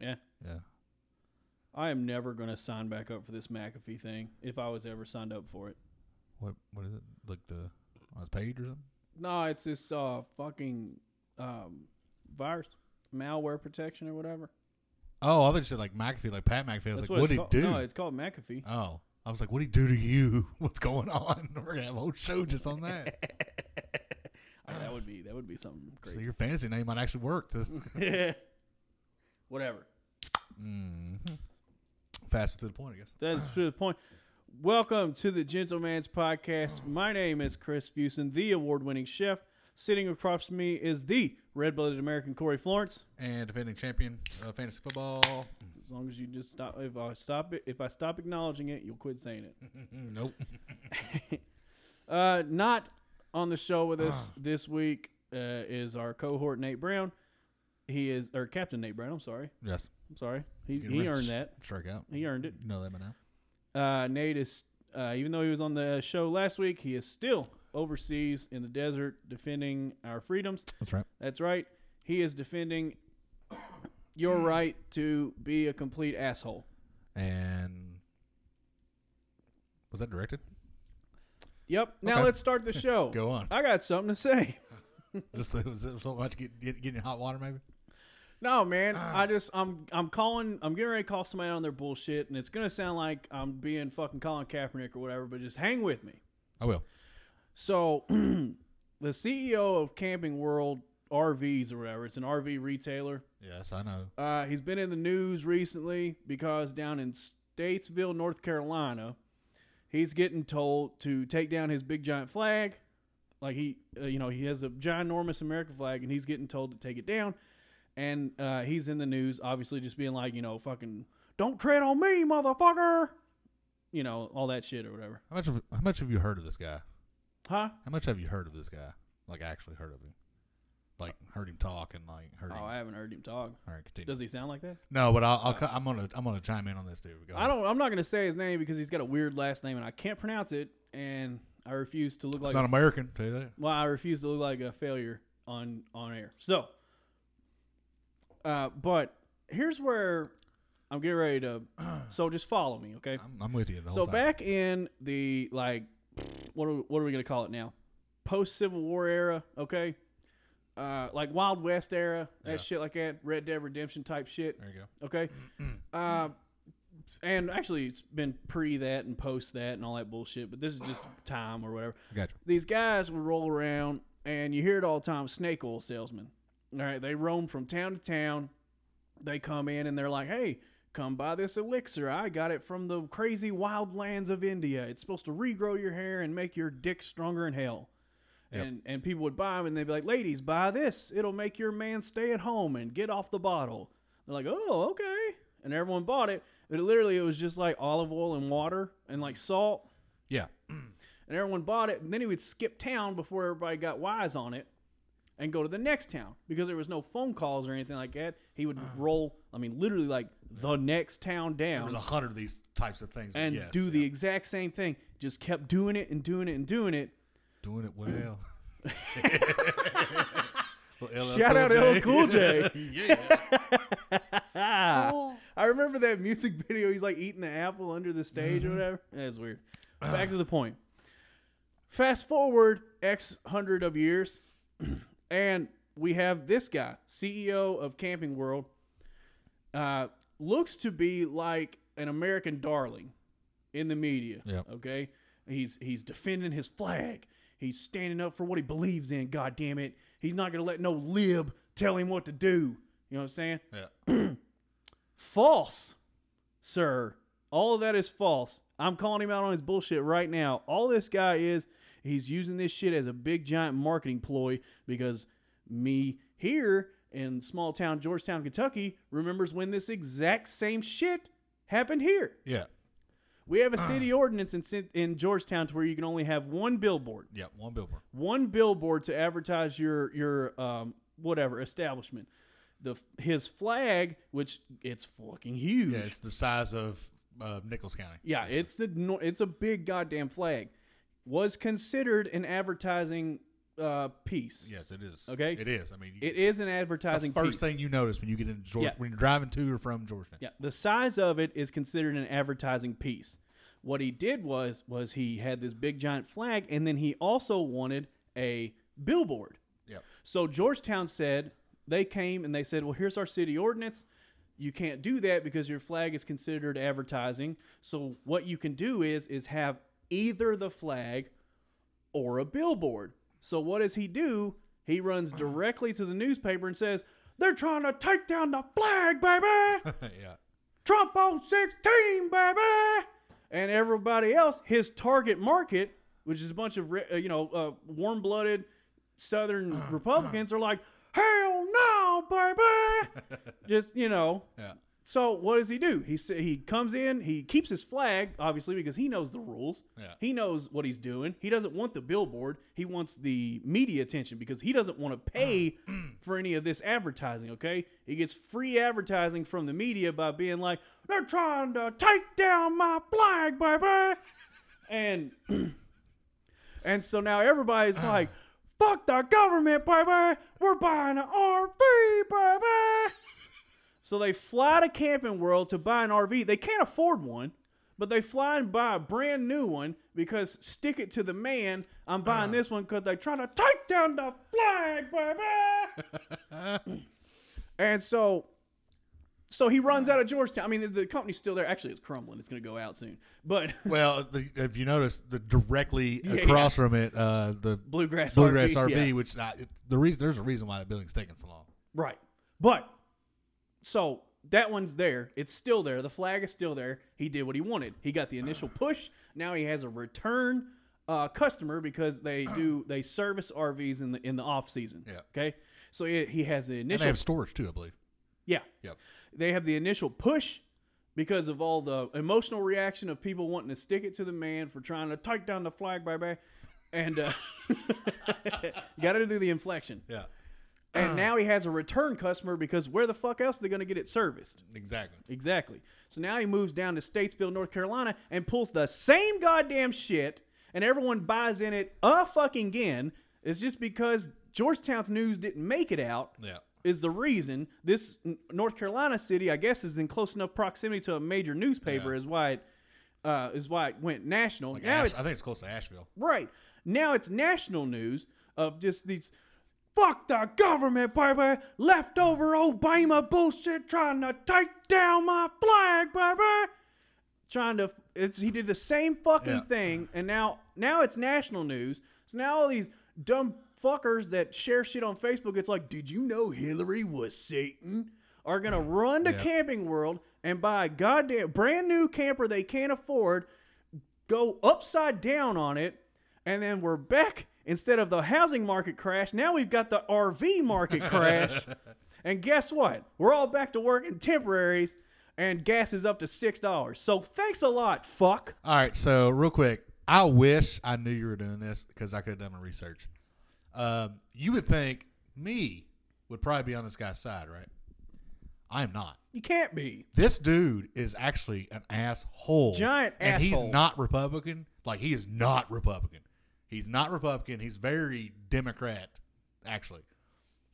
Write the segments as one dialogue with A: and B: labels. A: Yeah.
B: Yeah.
A: I am never going to sign back up for this McAfee thing if I was ever signed up for it.
B: What what is it? Like the on his page or something?
A: No, it's this uh, fucking um, virus malware protection or whatever.
B: Oh, I thought you said like McAfee, like Pat McAfee. I was
A: That's
B: like, what'd
A: it's
B: he
A: called.
B: do?
A: No, it's called McAfee.
B: oh. I was like, what'd he do to you? What's going on? We're gonna have a whole show just on that.
A: Oh, that would be that would be something
B: so
A: crazy.
B: your fantasy name might actually work. Just-
A: whatever.
B: Mhm. Fast but to the point, I guess.
A: That's to the point. Welcome to the Gentleman's Podcast. My name is Chris Fusen, the award-winning chef. Sitting across from me is the red-blooded American Corey Florence.
B: And defending champion of fantasy football.
A: As long as you just stop, if I stop it, if I stop acknowledging it, you'll quit saying it.
B: Mm-hmm, Nope.
A: Uh, not on the show with us this week uh, is our cohort Nate Brown. He is or Captain Nate Brown. I'm sorry.
B: Yes.
A: I'm sorry. He
B: Get
A: he
B: rid of
A: earned
B: s-
A: that.
B: Strike out.
A: He earned it.
B: You know that by now.
A: Uh, Nate is uh, even though he was on the show last week, he is still overseas in the desert defending our freedoms.
B: That's right.
A: That's right. He is defending your right to be a complete asshole.
B: And was that directed?
A: Yep. Now
B: Okay.
A: let's start the show.
B: Go on.
A: I got something to say.
B: Just it was it so much get, get getting hot water maybe.
A: No, man. I just I'm I'm calling I'm getting ready to call somebody on their bullshit and it's gonna sound like I'm being fucking Colin Kaepernick or whatever, but just hang with me.
B: I will.
A: So the CEO of Camping World RVs or whatever, it's an RV retailer.
B: Yes, I know.
A: Uh, he's been in the news recently because down in Statesville, North Carolina, he's getting told to take down his big giant flag. Like he, uh, you know, he has a ginormous American flag, and he's getting told to take it down. And uh, he's in the news, obviously, just being like, you know, fucking, don't tread on me, motherfucker. You know, all that shit or whatever,
B: How much of, how much have you heard of this guy?
A: huh?
B: How much have you heard of this guy? Like actually heard of him? Like heard him talk and like heard.
A: Oh,
B: him.
A: I haven't heard him talk.
B: All right, continue.
A: Does he sound like that?
B: no, but I'll, I'll cu- I'm gonna I'm gonna chime in on this dude. Go
A: I don't. I'm not gonna say his name because he's got a weird last name and I can't pronounce it, and I refuse to look
B: He's
A: like
B: not American. Tell you that.
A: Well, I refuse to look like a failure on on air. So, uh, but here's where I'm getting ready to. so just follow me, okay?
B: I'm, I'm with you the
A: So
B: whole time.
A: back in the like, what are, what are we gonna call it now? Post Civil War era, okay? Uh, like Wild West era, that
B: Yeah.
A: shit like that, Red Dead Redemption type shit,
B: there you go.
A: okay? uh, and actually, it's been pre that and post that and all that bullshit, but this is just time or whatever
B: Gotcha.
A: these guys would roll around and you hear it all the time snake oil salesmen all right they roam from town to town they come in and they're like hey come buy this elixir i got it from the crazy wild lands of india it's supposed to regrow your hair and make your dick stronger in hell
B: Yep.
A: and and people would buy them and they'd be like ladies buy this it'll make your man stay at home and get off the bottle they're like oh okay and everyone bought it it literally it was just like olive oil and water and like salt
B: Yeah.
A: and everyone bought it. And then he would skip town before everybody got wise on it and go to the next town because there was no phone calls or anything like that. He would roll, I mean, literally like the next town
B: There's
A: down
B: a hundred of these types of things. but
A: and
B: yes,
A: do the
B: yeah.
A: exact same thing. Just kept doing it and doing it and doing it.
B: doing it well. Little LL
A: Shout out LL Cool J.
B: yeah.
A: Ah, I remember that music video. He's like eating the apple under the stage or whatever. That's weird. Back to the point. Fast forward X hundred of years, and we have this guy, CEO of Camping World, uh, looks to be like an American darling in the media.
B: Yep.
A: Okay, he's he's defending his flag. He's standing up for what he believes in. God damn it, he's not gonna let no lib tell him what to do. You know what I'm saying?
B: Yeah.
A: False, sir. All of that is false. I'm calling him out on his bullshit right now. All this guy is, he's using this shit as a big giant marketing ploy because me here in small town Georgetown, Kentucky, remembers when this exact same shit happened here.
B: Yeah.
A: We have a city ordinance in, Cin- in Georgetown to where you can only have one billboard
B: Yeah. One billboard.
A: one billboard to advertise your your um, whatever establishment. The his flag, which it's fucking huge.
B: Yeah. It's the size of uh, Nichols County.
A: Yeah, it's the no- it's a big goddamn flag. Was considered an advertising uh, piece.
B: Yes, it is.
A: Okay.
B: It is. I mean, you-
A: It is an
B: that's
A: advertising
B: the first
A: piece.
B: thing you notice when you get into George,
A: Yeah.
B: when you're driving to or from Georgetown.
A: Yeah, the size of it is considered an advertising piece. What he did was was he had this big giant flag, and then he also wanted a billboard.
B: Yep.
A: So Georgetown said they came and they said, "Well, here's our city ordinance. You can't do that because your flag is considered advertising. So what you can do is is have either the flag or a billboard." So what does he do? He runs directly to the newspaper and says, "They're trying to take down the flag, baby."
B: yeah.
A: Trump on 16, baby. And everybody else, his target market, which is a bunch of, re- uh, you know, uh, warm blooded Southern Republicans, are like, hell no, baby. Just, you know.
B: Yeah.
A: So what does he do? He sa- he comes in, he keeps his flag obviously because he knows the rules.
B: Yeah.
A: He knows what he's doing. He doesn't want the billboard. He wants the media attention because he doesn't want to pay for any of this advertising, okay? He gets free advertising from the media by being like, "They're trying to take down my flag, baby." and and so now everybody's like, "Fuck the government, baby. We're buying an RV, baby." So they fly to Camping World to buy an RV. They can't afford one, but they fly and buy a brand new one because stick it to the man. I'm buying this one because they're trying to take down the flag, baby. and so, so he runs out of Georgetown. I mean, the, the company's still there. Actually, it's crumbling. It's going to go out soon. But
B: Well, the, if you notice, the directly
A: Yeah,
B: across from it, uh, the
A: Bluegrass,
B: Bluegrass
A: RV,
B: RV,
A: yeah.
B: which I, it- the reason there's a reason why that building's taking so long.
A: Right. But so that one's there. It's still there. The flag is still there. He did what he wanted. He got the initial push. Now he has a return uh, customer because they do they service RVs in the in the off season.
B: Yeah.
A: Okay. So he, he has the
B: And they
A: initial
B: have storage too, I believe.
A: yeah.
B: Yep.
A: They have the initial push because of all the emotional reaction of people wanting to stick it to the man for trying to take down the flag, baby. And uh, got to do the inflection.
B: Yeah. Uh.
A: And now he has a return customer because where the fuck else are they going to get it serviced?
B: Exactly.
A: Exactly. So now he moves down to Statesville, North Carolina, and pulls the same goddamn shit, and everyone buys in it a fucking again. It's just because Georgetown's news didn't make it out
B: Yeah.
A: is the reason this N- North Carolina city, I guess, is in close enough proximity to a major newspaper is why it uh, is why it went national.
B: Like
A: now
B: Ash-
A: it's
B: I think it's close to Asheville.
A: Right. Now it's national news of just these fuck the government, baby, leftover Obama bullshit trying to take down my flag, baby. Trying to it's he did the same fucking
B: Yeah.
A: thing and now now it's national news. So now all these dumb fuckers that share shit on Facebook, it's like, did you know Hillary was Satan? Are gonna run to
B: Yeah.
A: Camping World and buy a goddamn brand new camper they can't afford go upside down on it, and then we're back. Instead of the housing market crash, now we've got the RV market crash. and guess what? We're all back to work in temporaries, and gas is up to $6. So thanks a lot, fuck.
B: All right, so real quick, I wish I knew you were doing this because I could have done my research. Um, you would think me would probably be on this guy's side, right? I am not.
A: You can't be.
B: This dude is actually an asshole.
A: Giant
B: and
A: asshole.
B: he's not Republican. Like he is not Republican. He's not Republican. He's very Democrat, actually.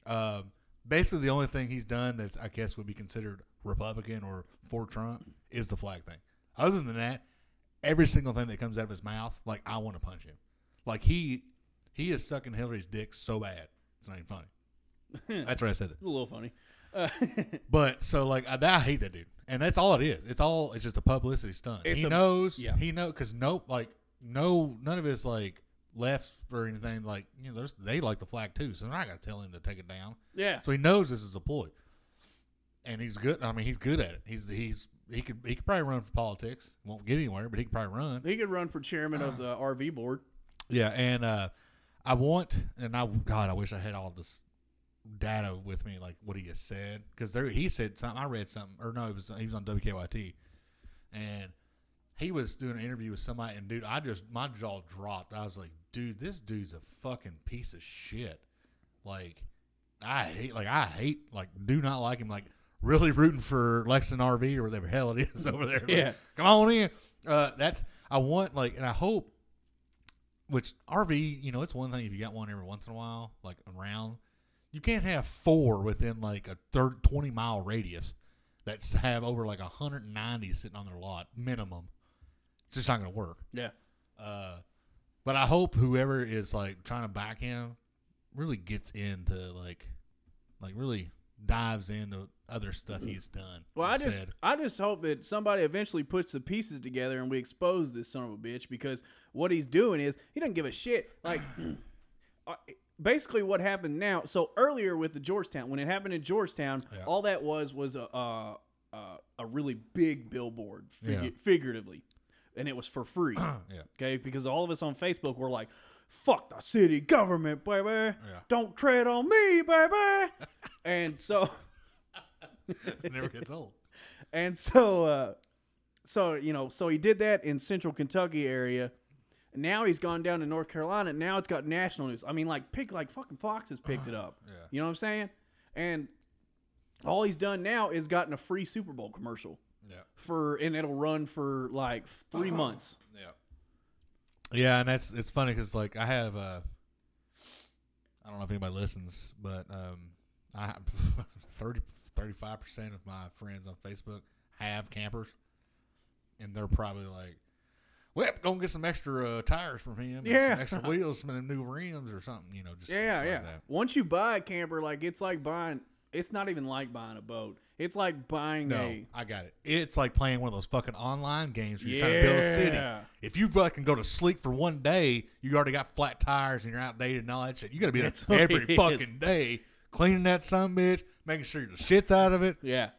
B: Um, basically, the only thing he's done that's I guess would be considered Republican or for Trump is the flag thing. Other than that, every single thing that comes out of his mouth, like I want to punch him. Like he he is sucking Hillary's dick so bad. It's not even funny. that's right. I said it.
A: It's a little funny. Uh,
B: But so like I, I hate that dude, and that's all it is. It's all it's just a publicity stunt.
A: It's
B: he
A: a-
B: knows.
A: yeah.
B: He know because no like no none of his like lefts or anything like you know there's, they like the flag too, so they're not gonna tell him to take it down.
A: yeah.
B: So he knows this is a ploy, and he's good. I mean he's good at it. He's he's he could he could probably run for politics. Won't get anywhere, but he could probably run.
A: He could run for chairman of the RV board.
B: Yeah, and uh, I want, and I God, I wish I had all this data with me, like what he has said, because there he said something. I read something, or no, it was he was on WKYT, and he was doing an interview with somebody, and dude, I just my jaw dropped. I was like, dude, this dude's a fucking piece of shit. Like, I hate, like I hate, like do not like him, like. Really rooting for Lexington RV or whatever the hell it is over there.
A: Yeah.
B: come on in. Uh, that's I want like, and I hope Which RV, you know, it's one thing if you got one every once in a while, like around. You can't have four within like a third twenty mile radius that have over like hundred and ninety sitting on their lot minimum. It's just not going to work.
A: Yeah.
B: Uh, but I hope whoever is like trying to back him really gets into like, like really dives into other stuff he's done.
A: Well, I
B: and
A: just
B: said.
A: I just hope that somebody eventually puts the pieces together and we expose this son of a bitch because what he's doing is he doesn't give a shit. Like, uh, basically, what happened now? So earlier with the Georgetown, when it happened in Georgetown,
B: Yeah.
A: all that was was a uh, uh, a really big billboard, figu-
B: Yeah.
A: figuratively, and it was for free.
B: yeah,
A: Okay, because all of us on Facebook were like, "Fuck the city government, baby! Don't tread on me, baby!" and so.
B: it never gets old.
A: And so, uh, so you know, so he did that in Central Kentucky area. Now he's gone down to North Carolina. Now it's got national news. I mean, like pick like fucking Fox has picked it up.
B: Yeah.
A: You know what I'm saying? And all he's done now is gotten a free Super Bowl commercial
B: Yeah,
A: for, and it'll run for like three months.
B: yeah, yeah. And that's it's funny because like I have uh, I don't know if anybody listens, but um, I 35 percent of my friends on Facebook have campers, and they're probably like. Well, gonna get some extra uh, tires from him, and
A: Yeah.
B: some extra wheels, some of them new rims or something, you know, just
A: Yeah,
B: like
A: yeah.
B: that.
A: Once you buy a camper, like it's like buying. It's not even like buying a boat. It's like buying
B: No,
A: a.
B: I got it. It's like playing one of those fucking online games where you're trying to build a
A: Yeah.
B: city. If you fucking go to sleep for one day, you already got flat tires and you're outdated and all that shit. You got to be there
A: That's what it
B: every
A: is.
B: fucking day cleaning that some bitch, making sure the shit's out of it,
A: Yeah,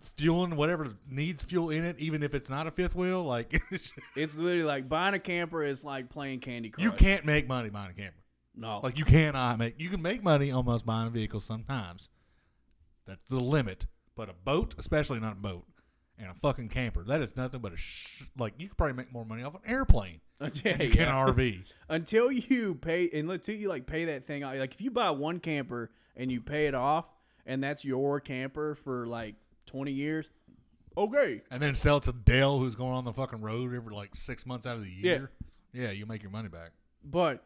B: fueling whatever needs fuel in it, even if it's not a fifth wheel. Like
A: it's literally like buying a camper is like playing Candy Crush.
B: you can't make money buying a camper.
A: No.
B: Like you cannot make. You can make money almost buying a vehicle sometimes. That's the limit. But a boat, especially not a boat, and a fucking camper, that is nothing but a sh- like. You could probably make more money off an airplane
A: Yeah,
B: than you can
A: yeah.
B: an RV.
A: until you pay and until you like pay that thing off. Like if you buy one camper and you pay it off, and that's your camper for like twenty years. Okay.
B: And then sell it to Dale, who's going on the fucking road every like six months out of the
A: Yeah.
B: year. Yeah, you make your money back.
A: But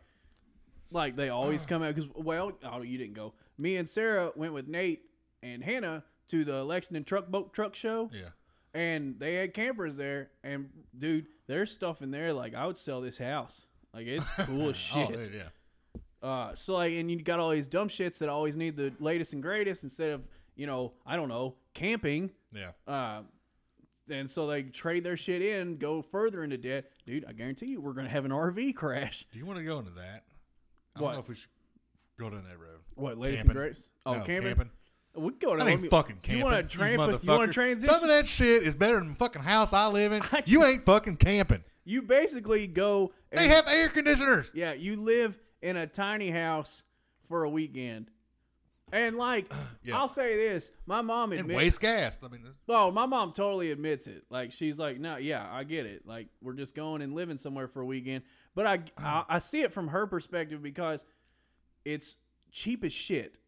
A: like they always come out because well, oh you didn't go. Me and Sarah went with Nate and Hannah to the Lexington Truck Boat Truck Show,
B: Yeah,
A: and they had campers there. And dude, there's stuff in there like I would sell this house. Like it's cool as shit.
B: Oh, dude, yeah,
A: Uh, so like, and you got all these dumb shits that always need the latest and greatest instead of you know I don't know camping.
B: yeah.
A: Uh, and so they trade their shit in, go further into debt, dude. I guarantee you, we're gonna have an RV crash.
B: Do you want to go into that? I
A: What?
B: don't know if we should go down that road.
A: What latest
B: Camping.
A: and greatest? Oh,
B: No,
A: camping. We can go to
B: I ain't fucking camping.
A: You want to tramp? You want to
B: motherfucker.
A: transition?
B: Some of that shit is better than the fucking house I live in.
A: I
B: you ain't fucking camping.
A: you basically go. And,
B: They have air conditioners.
A: yeah, you live in a tiny house for a weekend, and like
B: Yeah.
A: I'll say this, my mom
B: And
A: admits
B: waste gas. I mean, it's-
A: Oh, my mom totally admits it. Like she's like, no, yeah, I get it. Like we're just going and living somewhere for a weekend. But I,
B: Oh.
A: I, I see it from her perspective because it's cheap as shit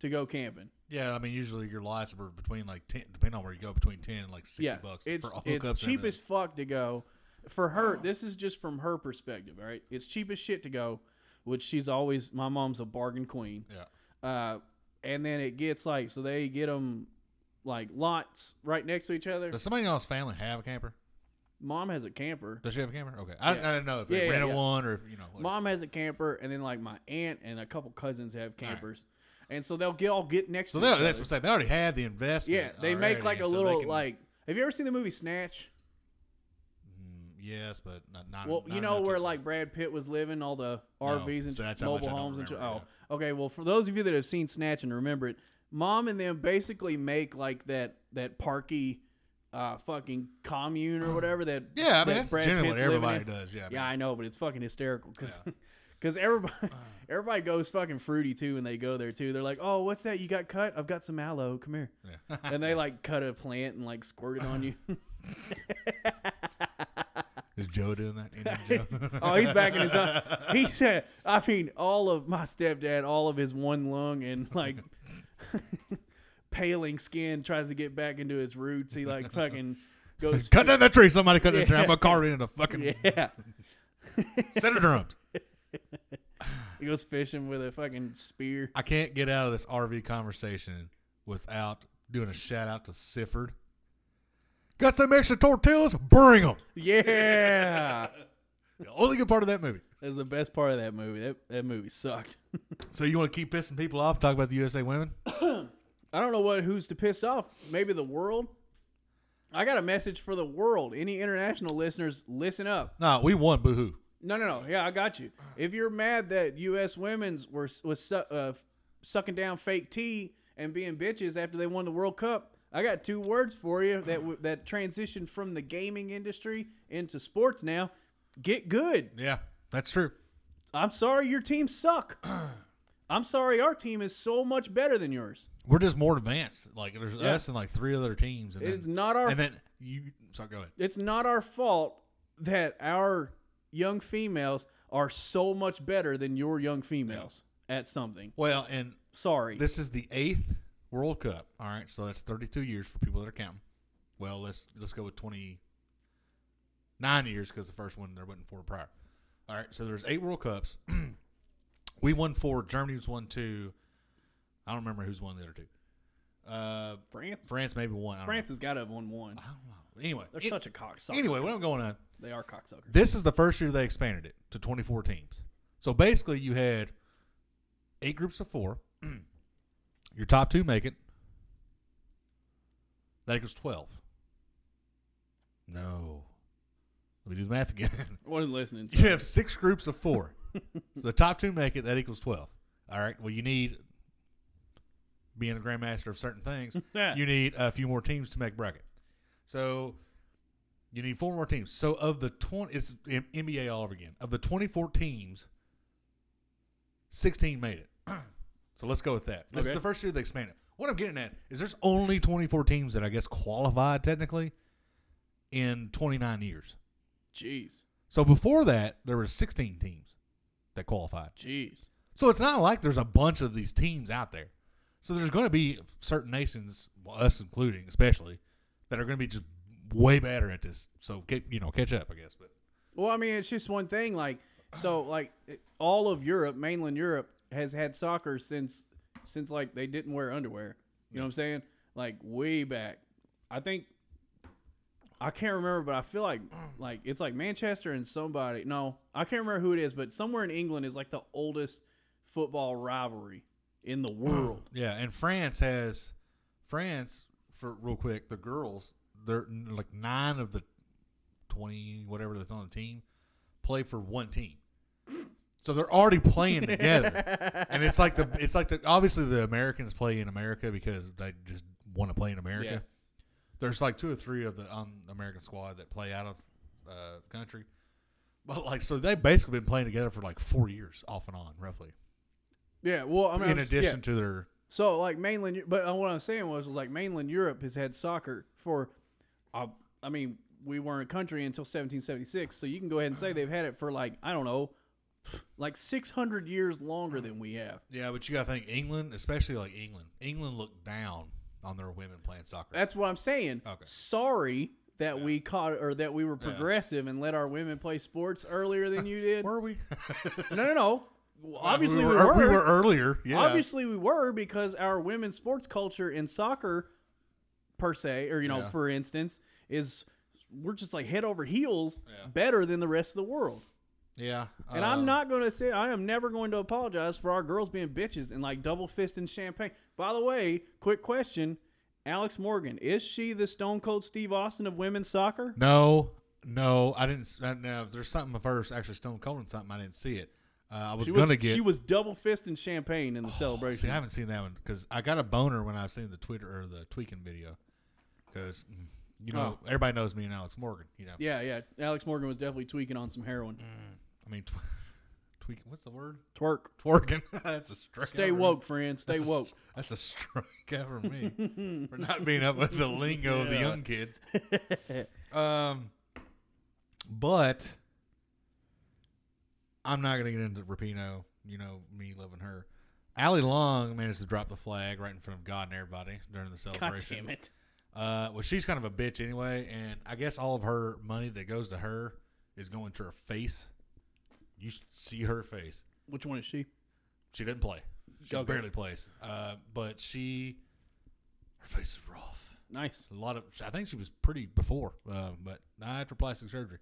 A: to go camping.
B: yeah, I mean, usually your lights were between like ten, depending on where you go, between ten and like sixty
A: yeah,
B: bucks
A: it's
B: for all hookups.
A: it's
B: and
A: cheap
B: everything. Oh.
A: as fuck to go. For her, this is just from her perspective. All right, it's cheap as shit to go, which she's always. My mom's a bargain queen.
B: Yeah,
A: Uh, and then it gets like so they get them like lots right next to each other.
B: does somebody in y'all's family have a camper?
A: Mom has a camper.
B: Does she have a camper? Okay, I,
A: Yeah.
B: I didn't know if they
A: Yeah, yeah,
B: rented
A: yeah.
B: one or if, you know. like-
A: mom has a camper, and then like my aunt and a couple cousins have campers, and so they'll get all get next.
B: so
A: to
B: they,
A: each
B: that's what
A: other.
B: I'm saying. They already have the investment.
A: yeah. They
B: already,
A: make like a
B: and so they
A: little
B: can-
A: like. Have you ever seen the movie Snatch?
B: mm, Yes, but not. not
A: Well,
B: not
A: you know
B: enough
A: where
B: to-
A: like Brad Pitt was living, all the RVs and
B: so that's how much
A: mobile
B: I don't
A: homes and shit.
B: remember,
A: Oh, okay. Well, for those of you that have seen Snatch and remember it, mom and them basically make like that that parky, uh, fucking commune or whatever that.
B: Yeah, I mean
A: that
B: that's
A: Brad
B: generally what
A: Pitt's living
B: everybody
A: in.
B: does. Yeah, I mean,
A: Yeah, I know, but it's fucking hysterical because everybody everybody goes fucking fruity too when they go there too. They're like, "Oh, what's that? You got cut? I've got some aloe. Come here."
B: yeah.
A: And they like cut a plant and like squirt it on you.
B: Is Joe doing that? Indian Joe?
A: oh, he's backing his up. He said, "I mean, all of my stepdad, all of his one lung and like paling skin tries to get back into his roots. He like fucking goes
B: cut down that tree. Somebody cut down that tree. I'm
A: Yeah.
B: gonna carve it into fucking
A: Yeah,
B: set of drums.
A: he goes fishing with a fucking spear.
B: I can't get out of this RV conversation without doing a shout out to Sifford. Got some extra tortillas? Bring them.
A: Yeah,
B: The only good part of that movie.
A: that's the best part of that movie. That that movie sucked.
B: So you want to keep pissing people off? Talk about the USA women.
A: I don't know what who's to piss off. Maybe the world. I got a message for the world. Any international listeners, listen up.
B: No, we won. Boohoo.
A: No, no, no. Yeah, I got you. If you're mad that U.S. women's were was su- uh, sucking down fake tea and being bitches after they won the World Cup, I got two words for you that w- that transition from the gaming industry into sports now. Get good.
B: Yeah, that's true.
A: I'm sorry your team suck. I'm sorry our team is so much better than yours.
B: We're just more advanced. Like there's us and like three other teams. And
A: It
B: then,
A: is not our
B: And then you. So go ahead.
A: it's not our fault that our young females are so much better than your young females at something.
B: Well, and
A: Sorry.
B: This is the eighth World Cup. All right, so that's 32 years for people that are counting. Well, let's let's go with 29 years because the first one there wasn't four prior. All right, so there's eight World Cups. we won four. Germany's won two. I don't remember who's won the other two. Uh,
A: France. France,
B: France maybe won. I don't
A: has got to have won one.
B: Know. I don't know. Anyway,
A: They're
B: it-
A: such a cocksucker.
B: anyway, what I'm going on.
A: they are cocksuckers.
B: This is the first year they expanded it to 24 teams. So basically, you had eight groups of four. Your top two make it. That equals 12. No. Let me do the math again.
A: Wasn't listening.
B: you
A: To
B: have six groups of four. so the top two make it. That equals 12. All right. Well, you need, being a grandmaster of certain things, you need a few more teams to make bracket. So you need four more teams. So of the twenty, it's M- NBA all over again. Of the twenty-four teams, sixteen made it. so let's go with that. This
A: Okay.
B: is the first year they expanded. What I'm getting at is there's only twenty-four teams that I guess qualified technically in twenty-nine years.
A: Jeez.
B: So before that, there were sixteen teams that qualified.
A: Jeez.
B: So it's not like there's a bunch of these teams out there. So there's going to be certain nations, well, us including, especially, that are going to be just way better at this. So get, you know, catch up, I guess. But
A: Well, I mean, it's just one thing. Like, so, like, it- all of Europe, mainland Europe, has had soccer since, since like they didn't wear underwear. You know what I'm saying? Like way back. I think, I can't remember, but I feel like, like it's like Manchester and somebody. No, I can't remember who it is, but somewhere in England is like the oldest football rivalry in the world.
B: yeah, and France has France for real quick. The girls, they're like nine of the twenty whatever that's on the team play for one team. So they're already playing together, and it's like the it's like the obviously the Americans play in America because they just want to play in America.
A: Yeah.
B: There's like two or three of the on the American squad that play out of uh, country, but like so they've basically been playing together for like four years off and on, roughly.
A: Yeah. Well, I mean, I
B: in
A: was-
B: addition
A: yeah.
B: to their
A: So like mainland, Eu- but uh, what I'm saying was, was like mainland Europe has had soccer for, uh, I mean, we weren't a country until 1776. So you can go ahead and say they've had it for like I don't know, like 600 years longer than we have.
B: Yeah, but you got to think England, especially like England. England looked down on their women playing soccer.
A: That's what I'm saying.
B: Okay.
A: Sorry that we caught or that we were progressive and let our women play sports earlier than you did. no,
B: were we?
A: no, no. Well, obviously
B: we
A: we
B: were,
A: were.
B: we were earlier. Yeah,
A: Obviously, we were because our women's sports culture in soccer, per se, or you know,
B: Yeah.
A: for instance, is we're just like head over heels
B: Yeah.
A: better than the rest of the world.
B: yeah.
A: And I'm
B: um,
A: not going to say I am never going to apologize for our girls being bitches and like double fisting champagne. By the way, quick question: Alex Morgan is she the Stone Cold Steve Austin of women's soccer?
B: No, no, I didn't. s- I, no, there's something of hers actually Stone Cold and something. I didn't see it. Uh, I was
A: She was,
B: gonna get. Oh,
A: she was double fisting champagne in the celebration.
B: see, I haven't seen that one because I got a boner when I seen the Twitter or the tweaking video. Because you know everybody knows me and Alex Morgan. You know,
A: Oh. yeah, yeah. Alex Morgan was definitely tweaking on some heroin.
B: Mm. I mean, tw- tweaking. What's the word?
A: Twerk.
B: Twerking. That's a strike.
A: Stay
B: out of-
A: woke, friends. Stay
B: That's a-
A: woke.
B: that's a strike out for me for not being up with the lingo of the
A: Yeah.
B: young kids. Um, but I'm not gonna get into Rapino. You know me loving her. Allie Long managed to drop the flag right in front of God and everybody during the
A: God
B: celebration.
A: damn it.
B: Uh, well, she's kind of a bitch anyway, and I guess all of her money that goes to her is going to her face You should see her face.
A: Which one is she?
B: She didn't play. She
A: Okay.
B: barely plays. Uh, but she, her face is rough.
A: Nice.
B: A lot of, I think she was pretty before, uh, but not after plastic surgery.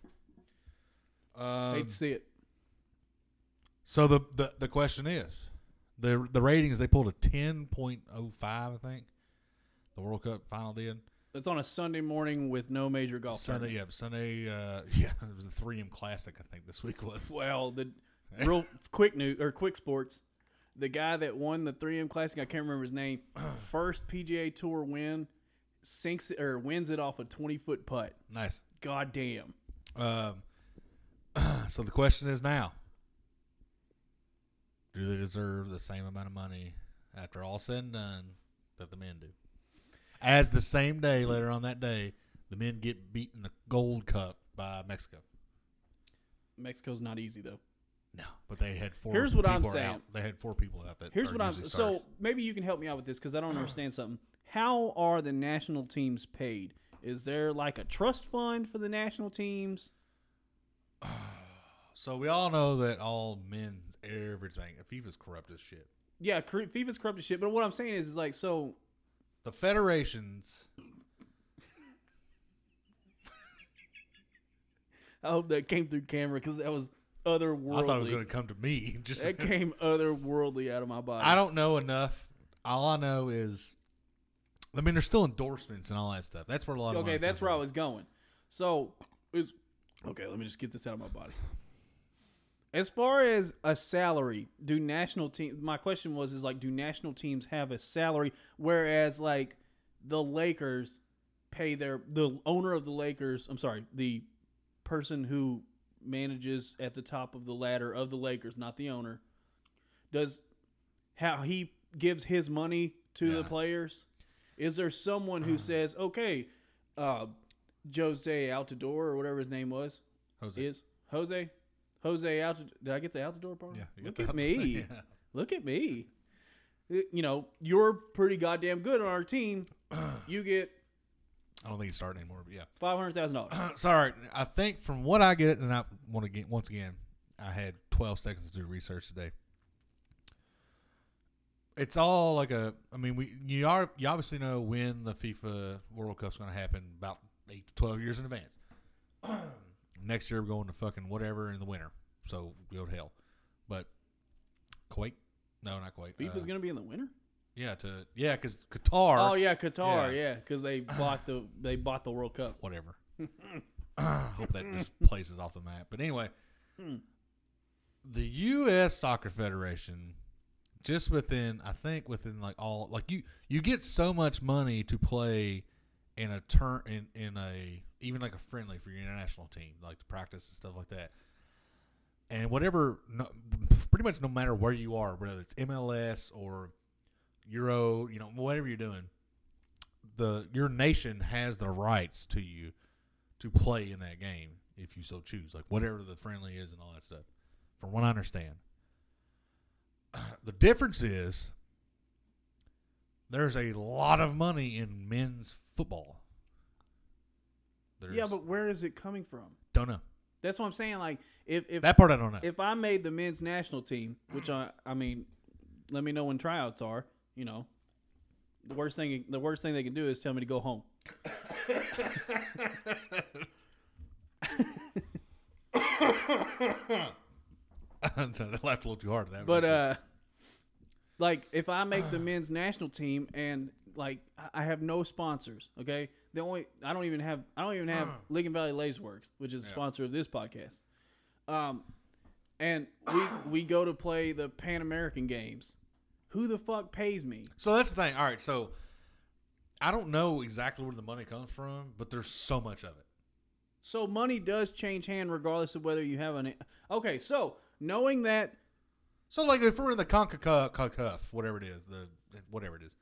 B: Um,
A: Hate to see it.
B: so the, the the question is, the the ratings they pulled a ten point oh five, I think. The World Cup final did
A: It's on a Sunday morning with no major golf.
B: Sunday. Yeah, Sunday. Uh, yeah, it was the three M Classic. I think this week was.
A: Well, the real quick news or quick sports. The guy that won the 3M Classic, I can't remember his name. First PGA Tour win, sinks it, or wins it off a 20 foot putt.
B: Nice.
A: God damn.
B: Um, so the question is now: Do they deserve the same amount of money after all said and done that the men do? As the same day later on that day, the men get beat in the Gold Cup by Mexico.
A: Mexico's not easy though.
B: No, but they had four.
A: Here's what I'm
B: people are
A: saying.
B: out. They had four people out. That
A: Here's
B: are
A: what I'm
B: usually
A: so
B: starters.
A: maybe you can help me out with this because I don't understand something. How are the national teams paid? Is there like a trust fund for the national teams?
B: So we all know that all men's everything. FIFA's corrupt as shit.
A: Yeah, cor- FIFA's corrupt as shit. But what I'm saying is, is like, so
B: The federations.
A: I hope that came through camera because that was otherworldly.
B: I thought it was going to come to me. Just
A: That came otherworldly out of my body.
B: I don't know enough. All I know is, I mean, there's still endorsements and all that stuff. That's where a lot of
A: okay,
B: money
A: that's
B: comes
A: where I
B: from.
A: was going. So, it's, okay, let me just get this out of my body. As far as a salary, do national team? My question was is like, do national teams have a salary? Whereas like the Lakers pay their the owner of the Lakers. I'm sorry, the person who manages at the top of the ladder of the Lakers, not the owner, does how he gives his money to the
B: Yeah.
A: players. Is there someone who says, okay, uh, Jose Altador or whatever his name was
B: Jose.
A: is Jose, Jose Altador? Did I get the Altador part?
B: Yeah, you
A: Look
B: got
A: at
B: that.
A: me.
B: Yeah.
A: Look at me. Y- You know, you're pretty goddamn good on our team. You get
B: I don't think it's starting anymore. But yeah,
A: five hundred thousand dollars.
B: sorry. I think from what I get, and I want to get once again, I had 12 seconds to do research today. It's all like a. I mean, we you are you obviously know when the FIFA World Cup's going to happen about eight to 12 years in advance. Next year we're going to fucking whatever in the winter, so go to hell. But Kuwait, no, not Kuwait.
A: FIFA's
B: uh,
A: gonna be in the winter.
B: yeah to yeah because Qatar.
A: Oh yeah, Qatar.
B: Yeah.
A: Yeah, because they bought the they bought the World Cup.
B: whatever. Hope that just places off the map. But anyway, the U.S. Soccer Federation, just within, I think within like all, like you, you get so much money to play in a turn in in a even like a friendly for your international team, like to practice and stuff like that. And whatever, no, pretty much no matter where you are, whether it's MLS or Euro, you know, whatever you're doing, the your nation has the rights to you to play in that game if you so choose, like whatever the friendly is and all that stuff. From what I understand, the difference is there's a lot of money in men's football. There's,
A: Yeah, but where is it coming from?
B: don't know
A: That's what I'm saying. Like if if
B: that part. I don't know.
A: if I made the men's national team, which I I mean, let me know when tryouts are. You know, the worst thing the worst thing they can do is tell me to go home.
B: I laughed a little too hard at that.
A: But
B: one.
A: uh, like if I make the men's national team and like I- I have no sponsors, okay. The only I don't even have I don't even have Lincoln Valley Lace Works, which is a sponsor of this podcast. Um, and we we go to play the Pan American Games. Who the fuck pays me?
B: So that's the thing. All right, so I don't know exactly where the money comes from, but there's so much of it.
A: So money does change hand regardless of whether you have an. Okay, so knowing that,
B: So like if we're in the CONCACAF, whatever it is, the whatever it is,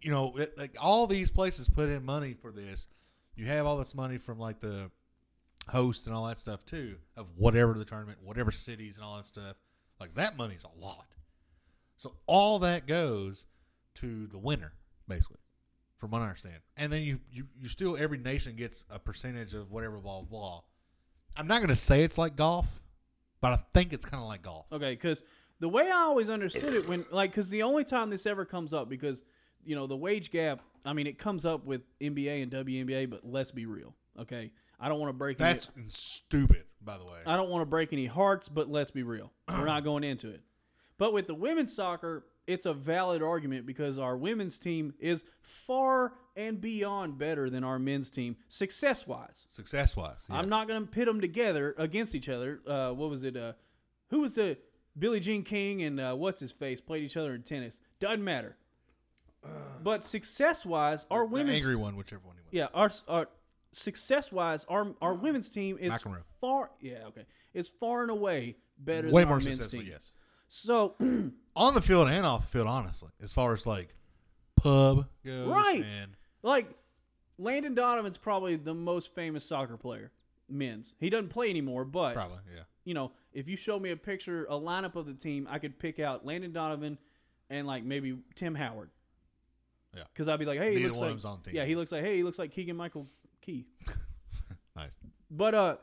B: you know, it, like all these places put in money for this. You have all this money from like the hosts and all that stuff too, of whatever the tournament, whatever cities and all that stuff. Like that money's a lot. So all that goes to the winner, basically, from what I understand. And then you you, you still every nation gets a percentage of whatever blah blah. blah. I'm not gonna say it's like golf But I think it's kind of like golf.
A: Okay, because the way I always understood it when like because the only time this ever comes up because you know the wage gap. I mean, it comes up with NBA and WNBA, but let's be real. Okay, I don't want to break.
B: That's stupid, by the way.
A: any, I don't want to break any hearts, but let's be real. We're not going into it. But with the women's soccer, it's a valid argument because our women's team is far and beyond better than our men's team success wise.
B: Success wise,
A: I'm not going to pit them together against each other. Uh, what was it? Uh, who was the Billie Jean King and uh, what's his face played each other in tennis? Doesn't matter. But success wise, our
B: the
A: women's
B: angry one, whichever one you want.
A: yeah our our success wise our our women's team is
B: McEnroe.
A: far yeah okay it's far and away better
B: Way
A: than
B: more
A: our men's
B: successful,
A: team.
B: yes.
A: So
B: On the field and off the field, honestly, as far as like pub goes,
A: Right.
B: And
A: like Landon Donovan's probably the most famous soccer player men's. He doesn't play anymore, but
B: probably, yeah.
A: you know, if you show me a picture, a lineup of the team, I could pick out Landon Donovan and like maybe Tim Howard.
B: Yeah.
A: Because I'd be like, hey, he
B: Neither
A: looks
B: one of
A: like,
B: them's on the team.
A: yeah, he looks like, hey, he looks like Keegan Michael Key.
B: Nice.
A: But uh,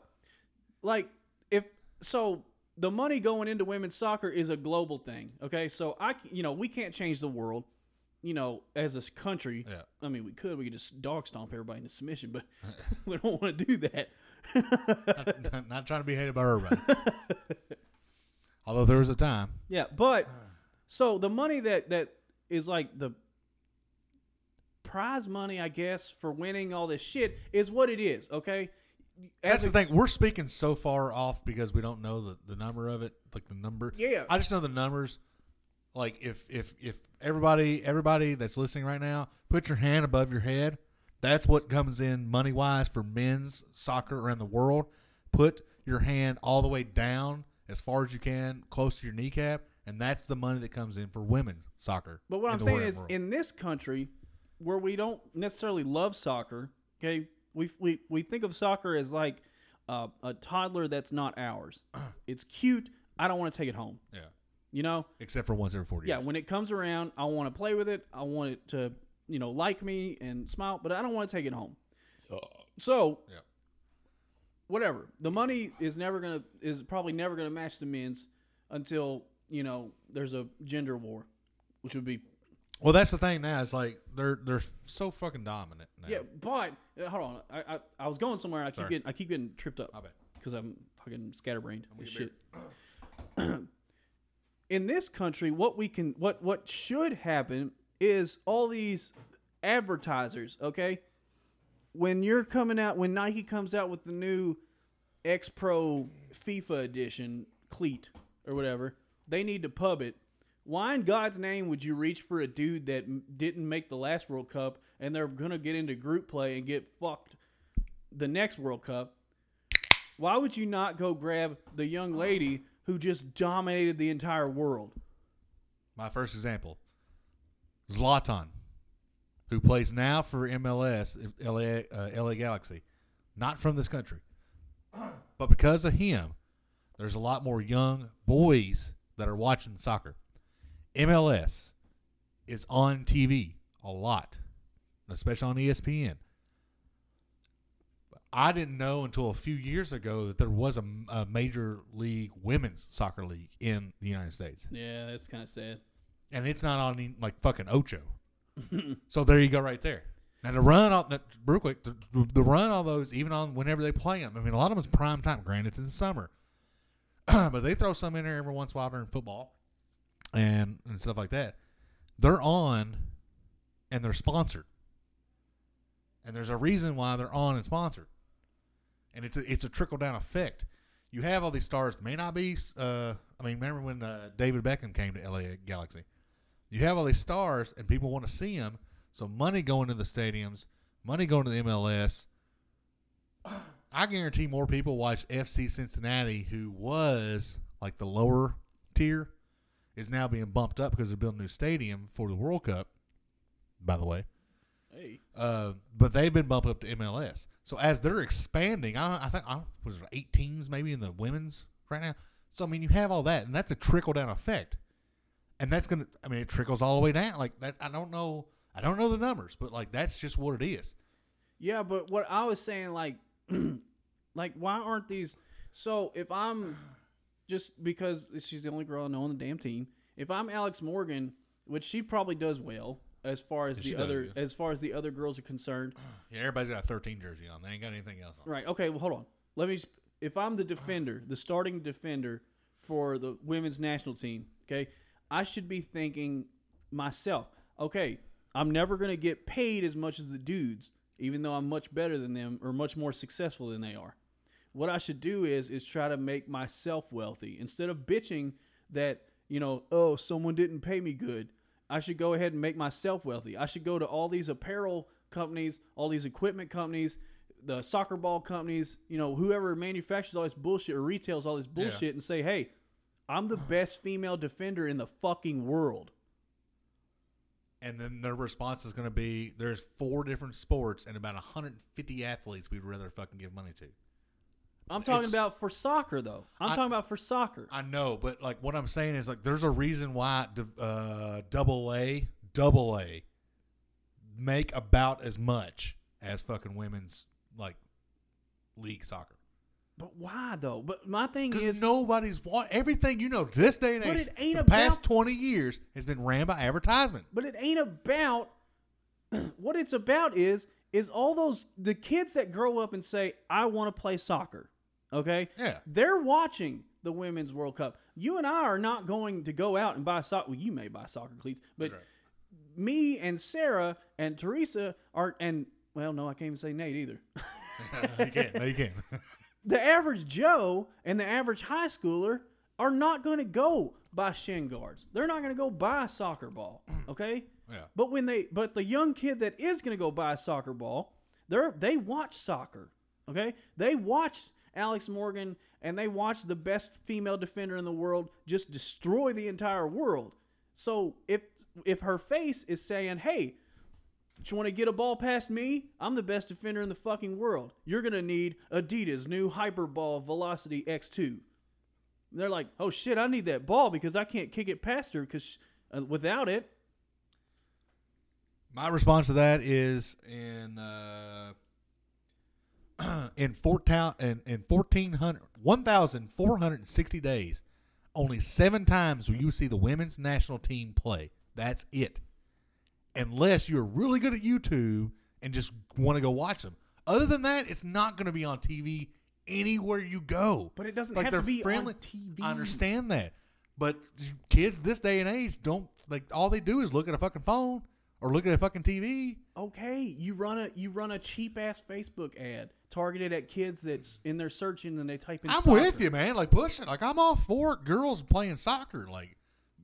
A: like if so, the money going into women's soccer is a global thing. Okay, so I, c- you know, we can't change the world. You know, as a country,
B: Yeah.
A: I mean, we could. We could just dog stomp everybody into submission, but we don't want to do that.
B: not, not trying to be hated by everybody. Although there was a time.
A: Yeah, but
B: Uh.
A: so the money that that is like the prize money, I guess, for winning all this shit is what it is. Okay,
B: That's
A: As a-
B: the thing. We're speaking so far off because we don't know the, the number of it, like the number.
A: Yeah.
B: I just know the numbers. Like if if if everybody everybody that's listening right now, put your hand above your head. That's what comes in money wise for men's soccer around the world. Put your hand all the way down as far as you can, close to your kneecap, and that's the money that comes in for women's soccer.
A: But what
B: in
A: I'm
B: the
A: saying
B: world-
A: is,
B: world.
A: in this country, where we don't necessarily love soccer, okay, we we we think of soccer as like uh, a toddler that's not ours.
B: Uh.
A: it's cute. I don't want to take it home.
B: yeah,
A: You know,
B: except for once every forty
A: yeah.
B: years.
A: When it comes around, I want to play with it. I want it to you know like me and smile, but I don't want to take it home. So
B: Yeah,
A: whatever. The money is never gonna is probably never gonna match the men's until you know there's a gender war, which would be
B: Well, that's the thing now. It's like they're they're so fucking dominant now.
A: Yeah, but uh, hold on. I, I I was going somewhere. I keep
B: Sorry.
A: getting I keep getting tripped up
B: My bad.
A: because I'm fucking scatterbrained as shit. In this country, what we can what what should happen is all these advertisers. Okay, when you're coming out, when Nike comes out with the new X Pro FIFA edition cleat or whatever, they need to pub it. Why in God's name would you reach for a dude that m- didn't make the last World Cup and they're going to get into group play and get fucked the next World Cup? Why would you not go grab the young lady who just dominated the entire world?
B: My first example, Zlatan, who plays now for MLS, if- LA, uh, LA Galaxy, not from this country, but because of him, there's a lot more young boys that are watching soccer. MLS is on TV a lot, especially on E ESPN. I didn't know until a few years ago that there was a, a major league women's soccer league in the United States
A: Yeah, that's kind of sad.
B: and it's not on any, like fucking Ocho. so there you go, right there. Now the run on the- real quick, the, the run on those even on whenever they play them. I mean, a lot of them is prime time. Granted, it's in the summer, but they throw some in there every once in a while during football and and stuff like that. They're on, and they're sponsored, and there's a reason why they're on and sponsored, and it's a, it's a trickle down effect. You have all these stars that may not be. Uh, I mean, remember when uh, David Beckham came to LA Galaxy? you have all these stars and people want to see them. So money going to the stadiums, money going to the MLS. I guarantee more people watch FC Cincinnati, who was like the lower tier, is now being bumped up because they're building a new stadium for the World Cup. By the way,
A: Hey,
B: uh, but they've been bumped up to MLS. So as they're expanding, I, don't- I think I was it eight teams maybe in the women's right now. So I mean, you have all that, and that's a trickle down effect, and that's gonna. I mean, it trickles all the way down. Like that's I don't know. I don't know the numbers, but like that's just what it is.
A: Yeah, but what I was saying, like, like why aren't these? So if I'm just because she's the only girl I know on the damn team. If I'm Alex Morgan, which she probably does well as far as
B: Yeah, she
A: the
B: does
A: other
B: good.
A: as far as the other girls are concerned.
B: Yeah, everybody's got a 13 jersey on. They ain't got anything else on.
A: Right. Okay. Well, hold on. Let me. sp- If I'm the defender, the starting defender for the women's national team, okay, I should be thinking myself, okay, I'm never going to get paid as much as the dudes, even though I'm much better than them or much more successful than they are. What I should do is is try to make myself wealthy instead of bitching that you know, oh, someone didn't pay me good. I should go ahead and make myself wealthy. I should go to all these apparel companies, all these equipment companies, the soccer ball companies, you know, whoever manufactures all this bullshit or retails all this bullshit and say, hey, I'm the best female defender in the fucking world.
B: And then their response is going to be there's four different sports and about 150 athletes we'd rather fucking give money to.
A: I'm talking
B: It's-
A: about for soccer, though. I'm
B: I-
A: talking about for soccer.
B: I know, but like what I'm saying is like there's a reason why d- uh, double A, double A make about as much as fucking women's like league soccer.
A: but why, though? But my thing
B: Because
A: is,
B: nobody's want everything you know this day and
A: But
B: age.
A: it ain't
B: the past
A: about-
B: twenty years has been ran by advertisement.
A: but it ain't about what it's about is is all those the kids that grow up and say i want to play soccer okay
B: Yeah.
A: they're watching the women's world cup you and i are not going to go out and buy soccer well you may buy soccer cleats but me and sarah and teresa are and well no i can't even say nate either
B: no, you can't. No, you can't.
A: the average Joe and the average high schooler are not going to go buy shin guards. They're not going to go buy a soccer ball. Okay.
B: Yeah.
A: But when they, but the young kid that is going to go buy a soccer ball, they're they watch soccer. Okay. They watched Alex Morgan and they watched the best female defender in the world just destroy the entire world. So if if her face is saying, "Hey, you want to get a ball past me? I'm the best defender in the fucking world. You're going to need Adidas new Hyperball Velocity X2. And they're like, oh shit, I need that ball because I can't kick it past her because uh, without it,
B: My response to that is in uh, in four town in, in 1400 1460 days, only seven times will you see the women's national team play. That's it. Unless you're really good at YouTube and just want to go watch them. Other than that, it's not going to be on TV anywhere you go.
A: But it doesn't have to
B: they're
A: be on TV.
B: I understand that, but kids this day and age don't like all they do is look at a fucking phone or look at a fucking TV.
A: okay, you run a you run a cheap ass Facebook ad targeted at kids that's in their searching and they type in.
B: I'm
A: soccer.
B: with you, man. Like push it. Like I'm all for girls playing soccer. Like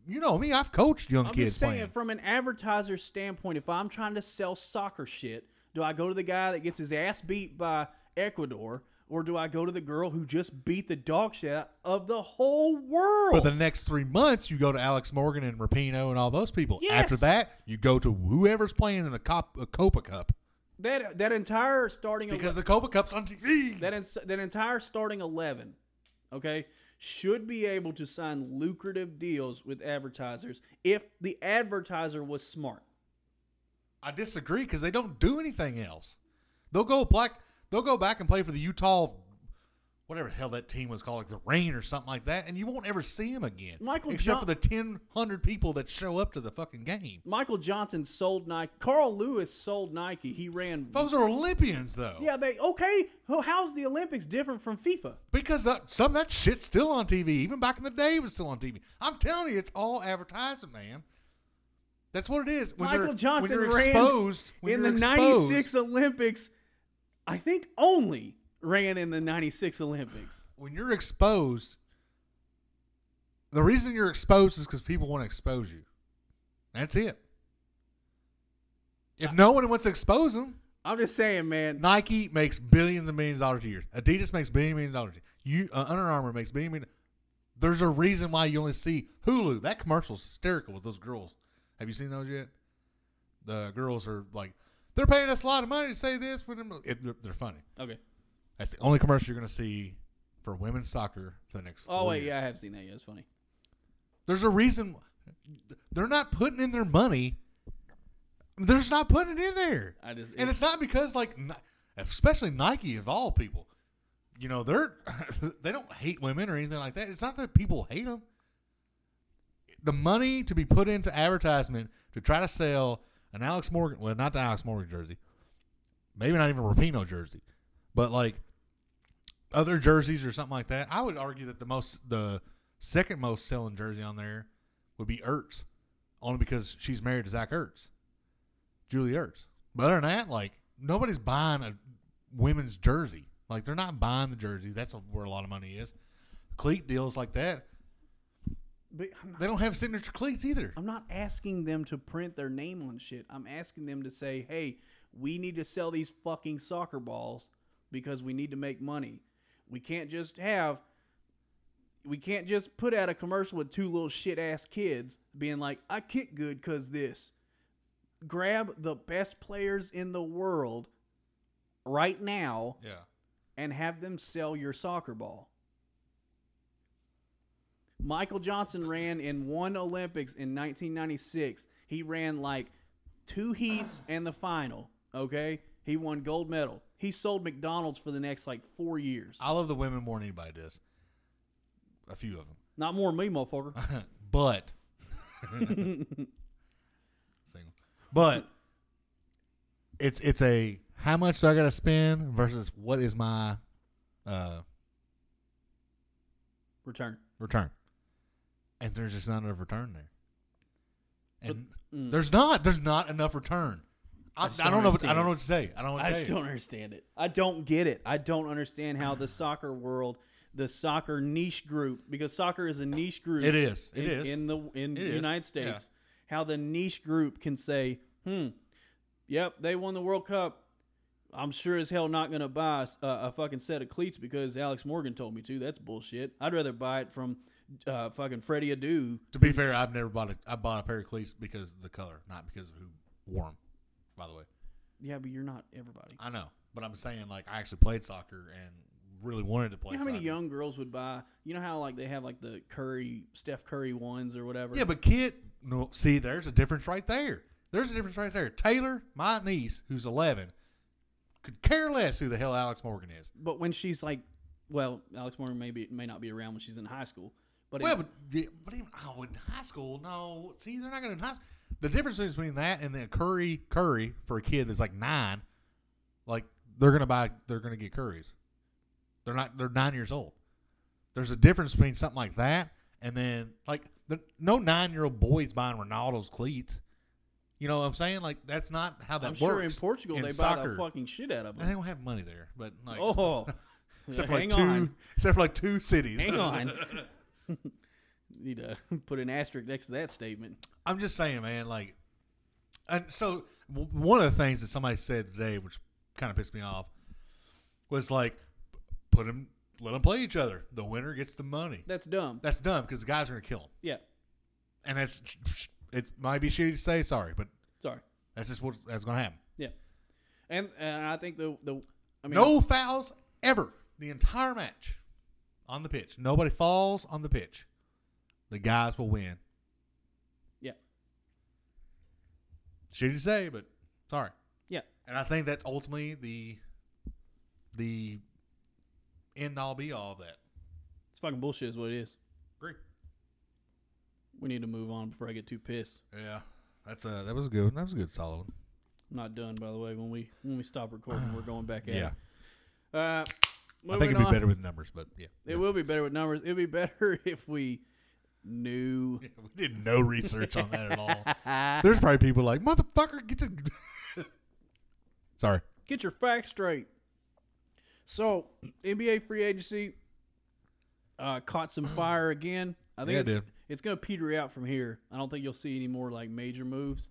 B: you know me, I've coached young
A: I'm
B: kids
A: just saying,
B: playing.
A: from an advertiser standpoint, if I'm trying to sell soccer shit, do I go to the guy that gets his ass beat by Ecuador, or do I go to the girl who just beat the dog shit out of the whole world?
B: For the next three months, you go to Alex Morgan and Rapino and all those people.
A: Yes.
B: After that, you go to whoever's playing in the Cop- uh, Copa Cup
A: that that entire starting
B: because the Copa Cup's on TV.
A: that ens- that entire starting eleven, okay, should be able to sign lucrative deals with advertisers if the advertiser was smart.
B: I disagree because they don't do anything else. They'll go black. They'll go back and play for the Utah, whatever the hell that team was called, like the Rain or something like that, and you won't ever see them again.
A: Michael
B: except
A: Jo-
B: for the ten hundred people that show up to the fucking game.
A: Michael Johnson sold Nike. Carl Lewis sold Nike. He ran
B: Those are Olympians though.
A: Yeah, they okay. ho- How's the Olympics different from FIFA?
B: Because that, some of that shit's still on TV. Even back in the day, it was still on TV. I'm telling you, it's all advertising, man. That's what it is. When
A: Michael
B: you're,
A: Johnson
B: when you're
A: ran
B: exposed, when
A: in
B: you're
A: the
B: exposed-
A: '96 Olympics, I think only ran in the '96 Olympics.
B: when you're exposed, the reason you're exposed is because people want to expose you. That's it. If no one wants to expose them,
A: I'm just saying, man.
B: Nike makes billions and millions of dollars a year. Adidas makes billions and millions of dollars. A year. You uh, Under Armour makes billion million. There's a reason why you only see Hulu. That commercial's hysterical with those girls. Have you seen those yet? The girls are like, they're paying us a lot of money to say this. when I'm-" It, they're, they're funny.
A: Okay.
B: That's the only commercial you're going to see for women's soccer for the next.
A: Oh
B: four
A: wait,
B: years.
A: yeah, I have seen that. Yeah, it's funny.
B: There's a reason they're not putting in their money. They're just not putting it in there,
A: I just
B: and it's not because like, Ni- especially Nike of all people, you know they're they don't hate women or anything like that. It's not that people hate them. The money to be put into advertisement to try to sell an Alex Morgan, well, not the Alex Morgan jersey, maybe not even a Rapino jersey, but like other jerseys or something like that. I would argue that the most, the second most selling jersey on there would be Ertz, only because she's married to Zach Ertz, Julie Ertz. But other than that, like nobody's buying a women's jersey. Like they're not buying the jerseys. That's where a lot of money is. Cleat deals like that.
A: But I'm not,
B: They don't have signature cleats either.
A: I'm not asking them to print their name on shit. I'm asking them to say, hey, we need to sell these fucking soccer balls because we need to make money. We can't just have. We can't just put out a commercial with two little shit ass kids being like, I kick good because this. Grab the best players in the world right now
B: Yeah.
A: and have them sell your soccer ball. Michael Johnson ran in one Olympics in 1996. He ran like two heats and the final. Okay. He won gold medal. He sold McDonald's for the next like four years.
B: I love the women more than anybody does. A few of them.
A: Not more than me, motherfucker.
B: but single. But it's it's a how much do I gotta spend versus what is my uh
A: Return.
B: return. And there's just not enough return there. And
A: mm.
B: there's not there's not enough return. I, I,
A: just don't
B: don't know what, I
A: understand
B: don't
A: it.
B: know what to say. I don't know what to
A: I
B: say.
A: just don't understand it. I don't get it. I don't understand how the soccer world, the soccer niche group, because soccer is a niche group.
B: It is. It
A: in,
B: is.
A: in the in the
B: It is.
A: United
B: Yeah.
A: States. How the niche group can say, "Hmm, yep, they won the World Cup. I'm sure as hell not gonna buy a, a fucking set of cleats because Alex Morgan told me to. That's bullshit. I'd rather buy it from uh, fucking Freddie Adu.
B: To be fair, I've never bought a I bought a pair of cleats because of the color, not because of who wore them. By the way,
A: Yeah, but you're not everybody.
B: I know, but I'm saying like I actually played soccer and really wanted to play.
A: You know how many
B: soccer.
A: young girls would buy? You know how like they have like the Curry, Steph Curry ones or whatever.
B: Yeah, but kid, no, see, there's a difference right there. There's a difference right there. Taylor, my niece, who's 11, could care less who the hell Alex Morgan is.
A: But when she's like, well, Alex Morgan may be, may not be around when she's in high school. But,
B: Well,
A: it,
B: but, yeah, but even oh, in high school, no. See, they're not going to high school. The difference between that and the Curry Curry for a kid that's like nine, like they're going to buy, they're going to get Curries. They're not. They're nine years old. There's a difference between something like that and then like the, no nine year old boys buying Ronaldo's cleats. You know what I'm saying? Like that's not how that
A: I'm
B: works.
A: sure in Portugal
B: in
A: they buy
B: soccer.
A: the fucking shit out of
B: They
A: them.
B: don't have money there, but like
A: Oh,
B: except for like
A: hang
B: two,
A: on,
B: except for like two cities.
A: hang on. Need to put an asterisk next to that statement.
B: I'm just saying, man. Like, and so w- one of the things that somebody said today, which kind of pissed me off, was like, put them, let them play each other. The winner gets the money.
A: That's dumb.
B: That's dumb because the guys are gonna kill them,
A: Yeah,
B: and that's it. Might be shitty to say, sorry, but
A: sorry.
B: that's just what that's gonna happen.
A: Yeah, and and I think the the I mean
B: no fouls ever the entire match on the pitch. Nobody falls on the pitch. The guys will win.
A: yeah
B: Shitty to say, but sorry.
A: yeah
B: And I think that's ultimately the the end all be all of that.
A: it's fucking bullshit is what it is.
B: Agree.
A: We need to move on before I get too pissed.
B: Yeah. That's a that was a good one. That was a good solid one.
A: I'm not done by the way. When we when we stop recording, we're going back at
B: Yeah.
A: it. Uh,
B: I think
A: moving
B: it'd be
A: on.
B: better with numbers, but yeah.
A: It will be better with numbers. It'd be better if we knew.
B: We did no research on that at all. There's probably people like, motherfucker, get to Sorry.
A: Get your facts straight. So NBA free agency uh, caught some fire again. I think
B: Yeah, it
A: it's
B: did.
A: it's going to peter out from here. I don't think you'll see any more like major moves.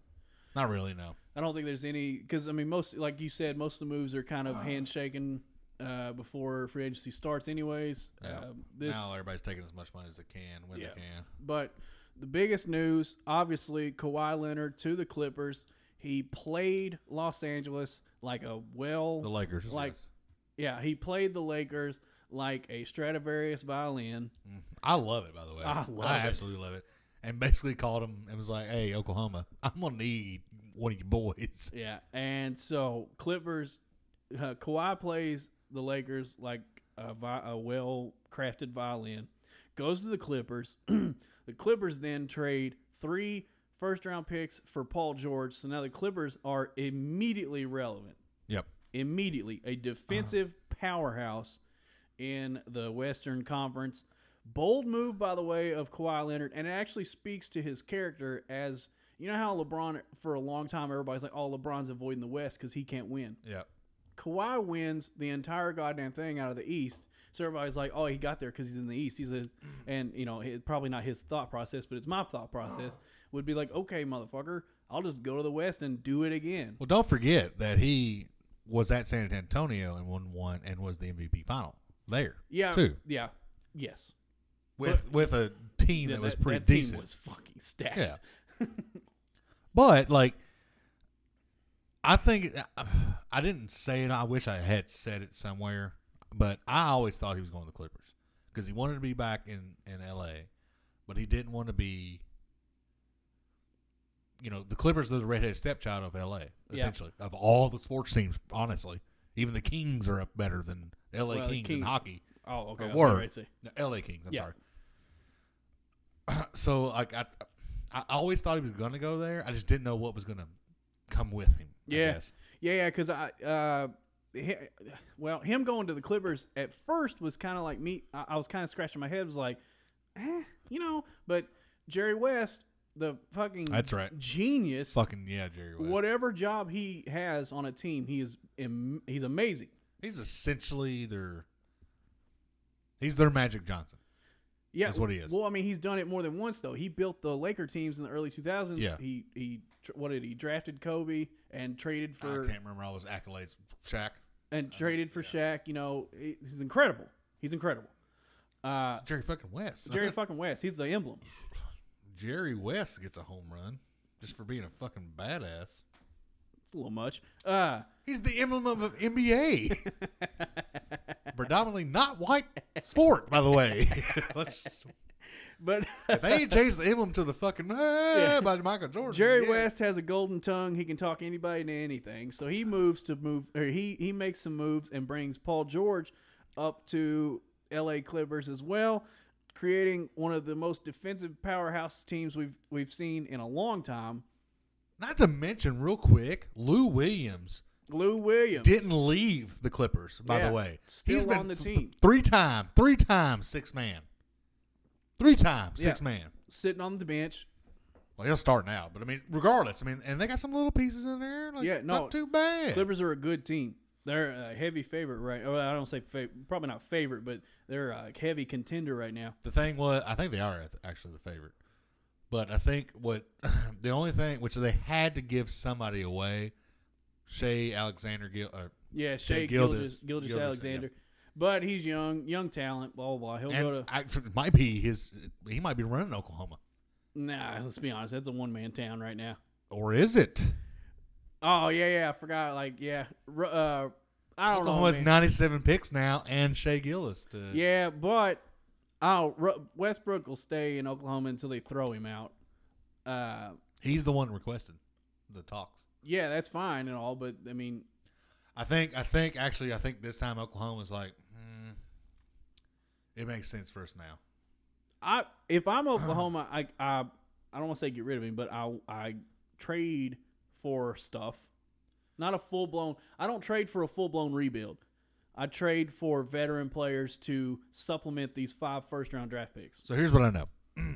B: Not really, no.
A: I don't think there's any because I mean most like you said most of the moves are kind of handshaking uh, before free agency starts. Anyways,
B: Yeah.
A: Um, this
B: now everybody's taking as much money as they can when
A: Yeah.
B: they can.
A: But the biggest news, obviously, Kawhi Leonard to the Clippers. He played Los Angeles like a well.
B: The Lakers. is
A: Like-
B: nice.
A: yeah, he played the Lakers like a Stradivarius violin.
B: I love it, by the way.
A: I love it.
B: absolutely love it. And basically called him and was like, "Hey, Oklahoma, I'm gonna need one of your boys."
A: Yeah, and so Clippers, uh, Kawhi plays the Lakers like a, vi- a well crafted violin, goes to the Clippers. the Clippers then trade three first round picks for Paul George. So now the Clippers are immediately relevant.
B: Yep.
A: Immediately, a defensive powerhouse in the Western Conference. Bold move, by the way, of Kawhi Leonard, and it actually speaks to his character as you know how LeBron, for a long time, everybody's like, oh, LeBron's avoiding the West because he can't win.
B: Yep.
A: Kawhi wins the entire goddamn thing out of the East. So everybody's like, "Oh, he got there because he's in the East." He's a, and you know, it, probably not his thought process, but it's my thought process would be like, "Okay, motherfucker, I'll just go to the West and do it again."
B: Well, don't forget that he was at San Antonio and won one and was the MVP final there.
A: Yeah,
B: Too.
A: yeah, yes.
B: With with a team
A: Yeah,
B: that, was pretty
A: that
B: decent.
A: Team was fucking stacked.
B: Yeah. but like, I think I didn't say it. I wish I had said it somewhere. But I always thought he was going to the Clippers because he wanted to be back in in L.A., but he didn't want to be. You know, the Clippers are the redheaded stepchild of L.A.
A: Yeah.
B: Essentially, of all the sports teams, honestly, even the Kings are up better than L.A.
A: Well, the
B: Kings in
A: Kings-
B: hockey.
A: Oh,
B: Or
A: okay. I was
B: were.
A: already say.
B: The L.A. Kings. I'm
A: Yeah.
B: sorry. so like I, I always thought he was gonna go there. I just didn't know what was gonna come with him. I
A: Yeah.
B: guess.
A: Yeah, yeah, because I, uh, he, well, him going to the Clippers at first was kind of like me. I, I was kind of scratching my head, was like, eh, you know. But Jerry West, the fucking
B: That's right.
A: genius,
B: Fucking yeah, Jerry West.
A: whatever job he has on a team, he is am- he's amazing.
B: He's essentially their. He's their Magic Johnson.
A: Yeah,
B: That's what he is.
A: Well, I mean, he's done it more than once though. He built the Laker teams in the early 2000s.
B: Yeah.
A: He he tr- what did he drafted Kobe and traded for
B: I can't remember all those accolades. Shaq,
A: and traded for Shaq. You know, he- he's incredible. He's incredible. Uh,
B: Jerry fucking West.
A: Jerry fucking West. He's the emblem.
B: Jerry West gets a home run just for being a fucking badass.
A: It's a little much. Uh,
B: He's the emblem of NBA. Predominantly not white sport, by the way. Let's just-
A: but
B: if they ain't changed the emblem to the fucking ah, by Michael Jordan.
A: Jerry
B: yeah.
A: West has a golden tongue. He can talk anybody to anything. So he moves to move, or he he makes some moves and brings Paul George up to L.A. Clippers as well, creating one of the most defensive powerhouse teams we've we've seen in a long time.
B: Not to mention, real quick, Lou Williams
A: Lou Williams
B: didn't leave the Clippers. By
A: Yeah,
B: the way,
A: still on the team.
B: three time, three time six man, three time six man.
A: sitting on the bench.
B: Well, he'll start now, but I mean, regardless, I mean, and they got some little pieces in there. Like,
A: Yeah, no.
B: not too bad.
A: Clippers are a good team. They're a heavy favorite, right? Oh, I don't say fa- probably not favorite, but they're a heavy contender right now.
B: The thing was, I think they are ath- actually the favorite. But I think what the only thing which they had to give somebody away, Shea Alexander Gil, or,
A: Yeah,
B: Shea
A: Shea Gilgis,
B: Gilgeous-
A: Gilgis,
B: Gilgeous, yeah.
A: Alexander. But he's young, young talent, blah, blah, blah. He'll go
B: and
A: to.
B: I, it might be his. He might be running Oklahoma,
A: Nah, let's be honest. That's a one man town right now.
B: or is it?
A: Oh, yeah, yeah. I forgot. Like, yeah. Ru- Uh, I don't know.
B: Oklahoma has
A: man.
B: ninety-seven picks now, and Shea Gillis. To,
A: yeah, but I'll, Ru- Westbrook will stay in Oklahoma until they throw him out. Uh,
B: he's the one requested the talks.
A: yeah, that's fine and all, but I mean,
B: I think. I think actually. I think this time Oklahoma's like, hmm, it makes sense for us now.
A: I if I'm Oklahoma, I I, I don't want to say get rid of him, but I I trade for stuff, not a full blown. I don't trade for a full blown rebuild. I trade for veteran players to supplement these five first round draft picks.
B: So here's what I know.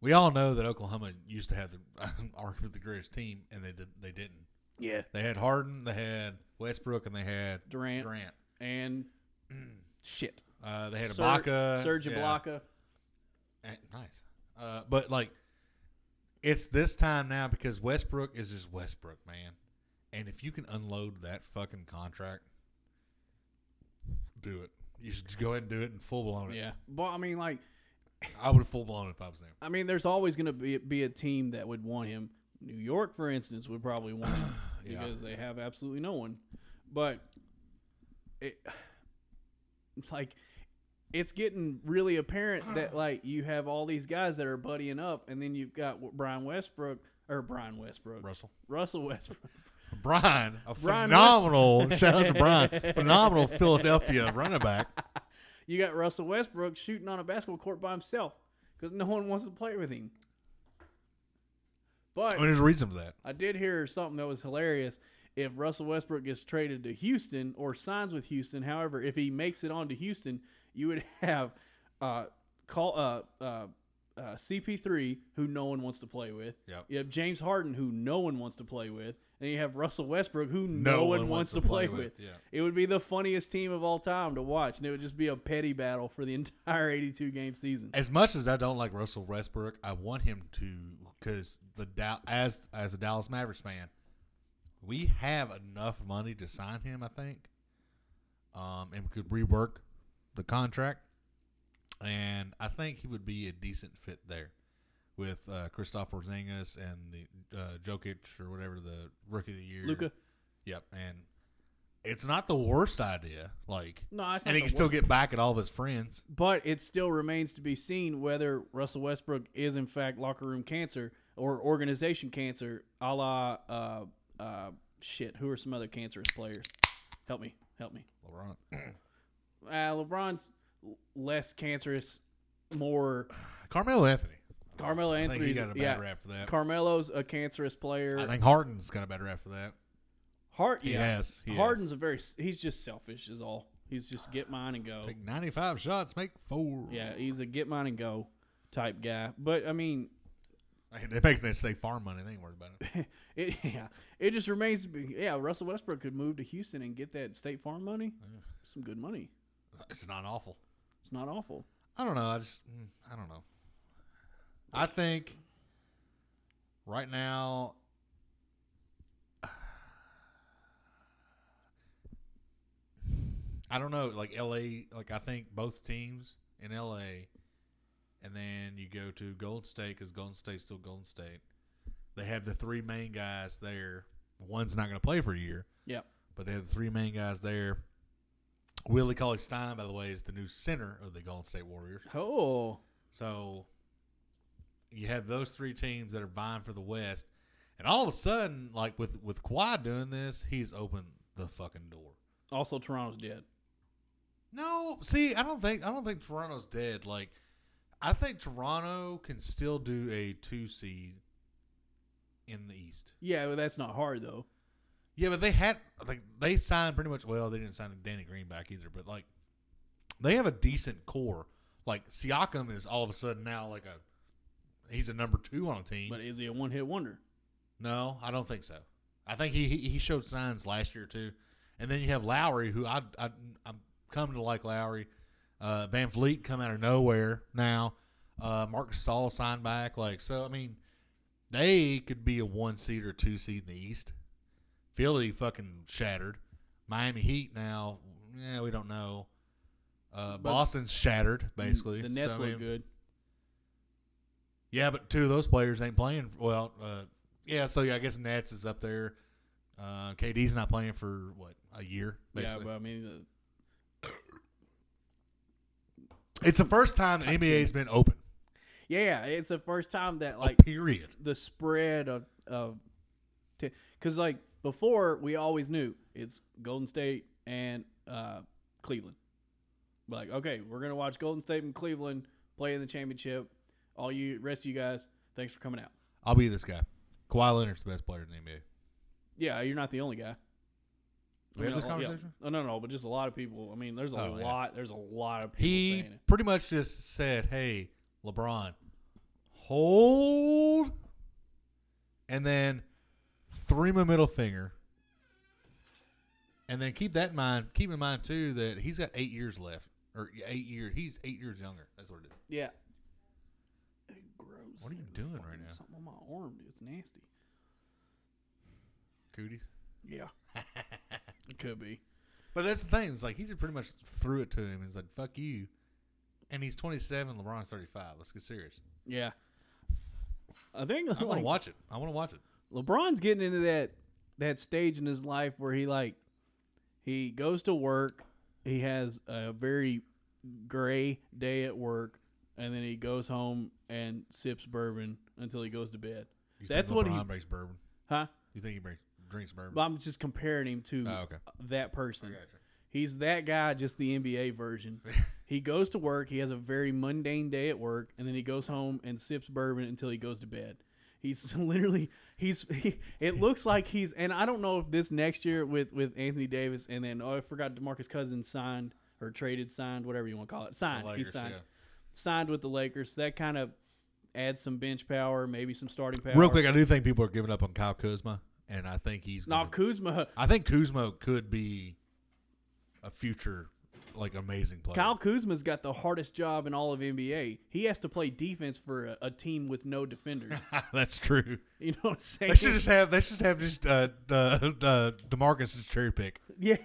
B: we all know that Oklahoma used to have the arguably the greatest team, and they did they didn't.
A: Yeah,
B: They had Harden, they had Westbrook, and they had
A: Durant, Mm.
B: Durant.
A: and shit.
B: Uh, they had
A: Ser-
B: Ibaka,
A: Serge
B: yeah.
A: Ibaka.
B: Eh, nice. Uh, but like, it's this time now because Westbrook is just Westbrook, man. And if you can unload that fucking contract, do it. You should just go ahead and do it and full blown it.
A: Yeah, but I mean, like,
B: I would have full blown it if I was them.
A: I mean, there's always going to be be a team that would want him. New York, for instance, would probably want him
B: Yeah.
A: because they have absolutely no one. But it, it's like it's getting really apparent that like you have all these guys that are buddying up, and then you've got Brian Westbrook or Brian Westbrook,
B: Russell.
A: Russell Westbrook,
B: Brian, a
A: Brian
B: phenomenal shout out to Brian, phenomenal Philadelphia running back.
A: You got Russell Westbrook shooting on a basketball court by himself because no one wants to play with him. But
B: I mean, there's a reason for that.
A: I did hear something that was hilarious. If Russell Westbrook gets traded to Houston or signs with Houston, however, if he makes it on to Houston, you would have uh, call uh, uh, uh, CP3, who no one wants to play with.
B: Yep.
A: You have James Harden, who no one wants to play with, and you have Russell Westbrook, who
B: No
A: no, one, wants to play, with.
B: yeah.
A: It would be the funniest team of all time to watch, and it would just be a petty battle for the entire 82 game season.
B: As much as I don't like Russell Westbrook, I want him to because the Dow- as as a Dallas Mavericks fan, we have enough money to sign him. I think, um, and we could rework the contract, and I think he would be a decent fit there with uh, Christoph Porzingis and the uh, Jokic or whatever the rookie of the year,
A: Luca.
B: Yep, and it's not the worst idea. Like,
A: No, that's not
B: and he
A: the
B: can still
A: worst.
B: get back at all of his friends.
A: But it still remains to be seen whether Russell Westbrook is in fact locker room cancer or organization cancer, a la uh, uh, shit. Who are some other cancerous players? Help me, help me.
B: LeBron.
A: Uh, LeBron's l- less cancerous, more
B: Carmelo Anthony.
A: Carmelo
B: I think he
A: Anthony's.
B: got a bad
A: yeah,
B: rap for that.
A: Carmelo's a cancerous player.
B: I think Harden's got a bad rap for that.
A: Hart,
B: He
A: yeah,
B: has. He
A: Harden's a very. s- He's just selfish, is all. He's just get mine and go.
B: has. take 95 shots, make four.
A: Yeah, he's a get mine and go type guy. But I mean,
B: Hey, They make they say farm money. They ain't worried about it.
A: It yeah, it just remains to be yeah. Russell Westbrook could move to Houston and get that State Farm money, some good money.
B: It's not awful.
A: It's not awful.
B: I don't know. I just mm, I don't know. I think right now I don't know, like LA, like I think both teams in LA and then you go to Golden State cuz Golden State's still Golden State. They have the three main guys there. One's not going to play for a year,
A: Yeah,
B: but they have the three main guys there. Willie Cauley Stein, by the way, is the new center of the Golden State Warriors.
A: oh
B: So you have those three teams that are vying for the West, and all of a sudden, like with with Kawhi doing this, he's opened the fucking door.
A: also Toronto's dead.
B: No, see, I don't think I don't think Toronto's dead. Like, I think Toronto can still do a two seed in the East.
A: Yeah, but that's not hard though.
B: Yeah, but they had like they signed pretty much. Well, they didn't sign Danny Green back either, but like they have a decent core. Like Siakam is all of a sudden now like a he's a number two on a team.
A: But is he a one hit wonder?
B: No, I don't think so. I think he he he showed signs last year too, and then you have Lowry, who I I I'm coming to like Lowry. Uh, Van Fleet come out of nowhere now. Uh, Marcus Saul signed back, like so. I mean, they could be a one seed or two seed in the East. Philly fucking shattered. Miami Heat now, yeah, we don't know. Uh,
A: But- Mm,
B: Boston's shattered basically.
A: the
B: So,
A: Nets
B: I
A: look
B: mean,
A: good.
B: yeah, but two of those players ain't playing. Well, uh, yeah, so yeah, I guess Nats is up there. Uh, KD's not playing for what a year.
A: Yeah,
B: Basically,
A: but I mean, uh, the,
B: it's the first time that NBA's been open.
A: yeah, it's the first time that like
B: Like period.
A: the spread of of because like before we always knew it's Golden State and uh, Cleveland. Like okay, we're gonna watch Golden State and Cleveland play in the championship. All you rest of you guys, thanks for coming out.
B: I'll be this guy. Kawhi Leonard's the best player in the NBA.
A: Yeah, you're not the only guy.
B: We had this
A: oh, yeah.
B: conversation?
A: Oh, no, no, but just a lot of people. I mean, there's a
B: Oh, yeah.
A: lot. There's a lot of people
B: He
A: saying it.
B: pretty much just said, "Hey, LeBron, hold," and then threw him a middle finger. And then keep that in mind. Keep in mind too that he's got eight years left, or eight years. He's eight years younger. That's what it is.
A: Yeah. Gross.
B: What are you
A: There's
B: doing right
A: fucking
B: now?
A: Something on my arm, dude. It's nasty.
B: Cooties.
A: Yeah. it could be.
B: But that's the thing. It's like he just pretty much threw it to him. He's like, "Fuck you," and he's 27. LeBron's 35. Let's get serious.
A: Yeah. I think
B: I want
A: like,
B: to watch it. I want to watch it.
A: LeBron's getting into that that stage in his life where he like he goes to work, he has a very gray day at work, and then he goes home and sips bourbon until he goes to bed.
B: You
A: That's
B: think
A: what he
B: LeBron breaks bourbon.
A: huh?
B: You think he breaks? drinks bourbon.
A: But I'm just comparing him to
B: Oh, okay.
A: that person.
B: gotcha.
A: He's that guy, just the NBA version. he goes to work. He has a very mundane day at work, and then he goes home and sips bourbon until he goes to bed. He's literally he's he, it looks like he's and I don't know if this next year with with Anthony Davis and then oh I forgot DeMarcus Cousins signed or traded signed whatever you want to call it signed he
B: Lakers,
A: signed
B: yeah.
A: signed with the Lakers that kind of adds some bench power maybe some starting power
B: Real quick, I do think people are giving up on Kyle Kuzma, and I think he's.
A: no
B: Gonna,
A: Kuzma
B: I think Kuzma could be a future like amazing player.
A: Kyle Kuzma's got the hardest job in all of NBA. He has to play defense for a, a team with no defenders.
B: That's true.
A: you know what I'm saying?
B: They should just have. They should have just uh, uh, uh, Demarcus's cherry pick,
A: yeah,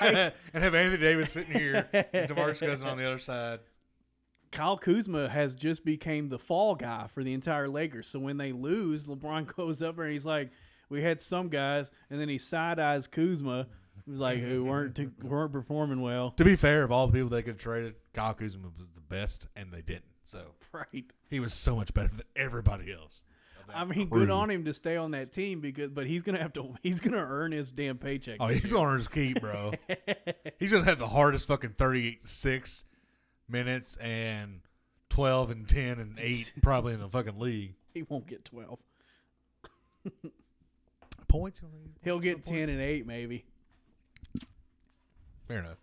A: right.
B: and have Anthony Davis sitting here, and Demarcus Cousins on the other side.
A: Kyle Kuzma has just became the fall guy for the entire Lakers. So when they lose, LeBron goes up there and he's like, "We had some guys," and then he side eyes Kuzma. He was like, "Who weren't t- weren't performing well?"
B: To be fair, of all the people they could have traded, Kyle Kuzma was the best, and they didn't. So
A: Right.
B: he was so much better than everybody else.
A: I mean, good on him to stay on that team because, but he's gonna have to. He's gonna earn his damn paycheck.
B: Oh, he's gonna earn his keep, bro. he's gonna have the hardest fucking thirty-six minutes and twelve and ten and eight probably in the fucking league.
A: He won't get twelve.
B: Points.
A: He'll get ten and eight maybe.
B: Fair enough.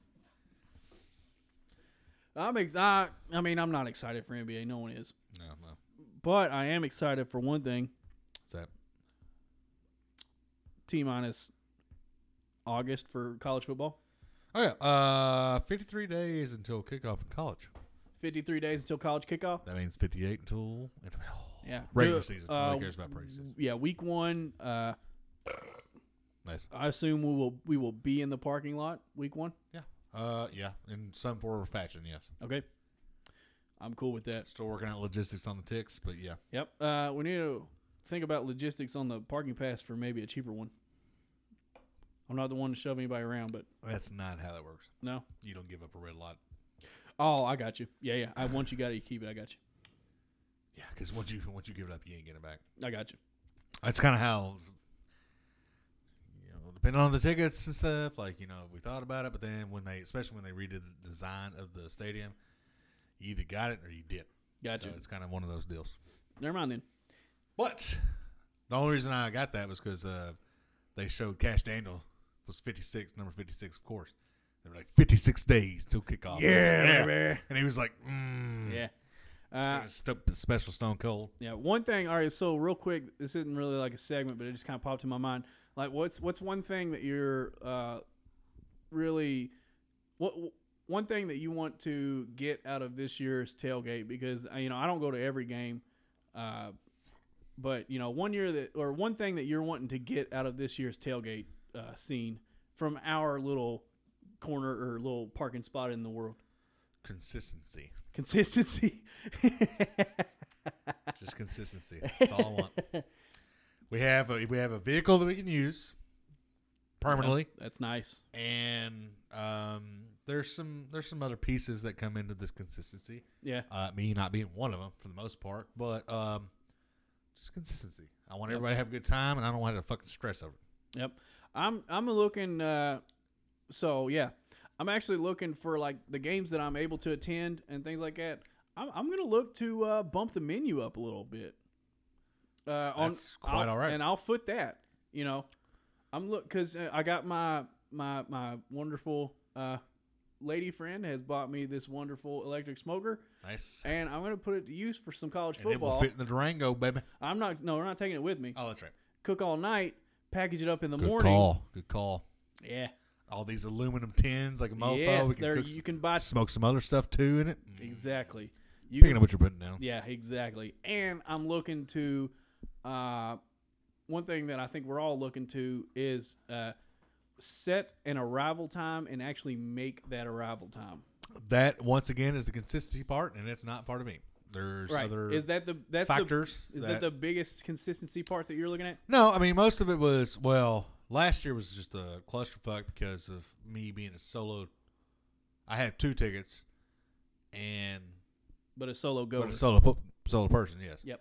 A: I'm ex- I, I mean, I'm not excited for NBA. No one is.
B: No, no.
A: But I am excited for one thing.
B: What's that?
A: T minus August for college football.
B: Oh yeah. Uh, fifty-three days until kickoff in college.
A: 53 days until college kickoff.
B: That means fifty-eight until NFL.
A: Yeah.
B: regular
A: Do-
B: season.
A: uh,
B: Nobody cares about preseason.
A: Yeah, week one. Uh,
B: Nice.
A: I assume we will we will be in the parking lot week one.
B: Yeah. Uh, yeah. In some form or fashion, yes.
A: Okay, I'm cool with that.
B: Still working out logistics on the ticks, but yeah.
A: Yep. Uh, we need to think about logistics on the parking pass for maybe a cheaper one. I'm not the one to shove anybody around, but
B: That's not how that works.
A: no.
B: You don't give up a red lot.
A: Oh, I got you. Yeah, yeah. I once you got it, you keep it. I got you.
B: Yeah, because once you once you give it up, you ain't getting it back.
A: I got you.
B: That's kind of how, you know, depending on the tickets and stuff. Like you know, we thought about it, but then when they, especially when they redid the design of the stadium, you either got it or you did.
A: Got
B: so
A: you.
B: it's kind of one of those deals.
A: Never mind then.
B: But the only reason I got that was because uh, they showed Cash Daniel was fifty six, number fifty six, of course. They were like fifty six days till kickoff. I was like,
A: baby.
B: and he was like, mm.
A: Yeah. Uh,
B: St- special Stone Cold.
A: yeah. One thing. All right. So real quick, this isn't really like a segment, but it just kind of popped in my mind. Like, what's what's one thing that you're uh, really what one thing that you want to get out of this year's tailgate? Because uh, you know I don't go to every game, uh, but you know one year that or one thing that you're wanting to get out of this year's tailgate uh, scene from our little corner or little parking spot in the world.
B: Consistency.
A: Consistency.
B: Just consistency. That's all I want. We have a we have a vehicle that we can use permanently,
A: Oh, That's nice.
B: and um, there's some there's some other pieces that come into this consistency.
A: Yeah.
B: Uh, me not being one of them for the most part, but um, just consistency. I want everybody to have a good time, and I don't want to fucking stress over it.
A: Yep. I'm I'm looking uh so yeah. I'm actually looking for like the games that I'm able to attend and things like that. I'm I'm gonna look to uh bump the menu up a little bit. Uh on
B: That's quite
A: I'll-
B: all right.
A: And I'll foot that, you know. I'm look cuz I got my my my wonderful uh lady friend has bought me this wonderful electric smoker
B: Nice.
A: and I'm going to put it to use for some college
B: And it will
A: football.
B: fit in the Durango, baby.
A: I'm not no, we're not taking it with me.
B: Oh, that's right.
A: Cook all night, package it up in the
B: Good
A: morning.
B: call. Good call.
A: Yeah.
B: All these aluminum tins, like a mofo.
A: yes,
B: we can
A: there
B: cook
A: you can buy
B: smoke some other stuff too in it.
A: exactly. You
B: Picking
A: can-
B: up what you're putting down.
A: yeah, exactly. And I'm looking to uh, one thing that I think we're all looking to is uh, set an arrival time and actually make that arrival time.
B: That once again is the consistency part, and it's not part of me. There's
A: Right?
B: other
A: Is that the that's
B: factors.
A: the is that, the biggest consistency part that you're looking at?
B: no? I mean, most of it was well. Last year was just a clusterfuck because of me being a solo. I had two tickets, and
A: But a solo go.
B: but a solo fo- solo person, yes.
A: Yep.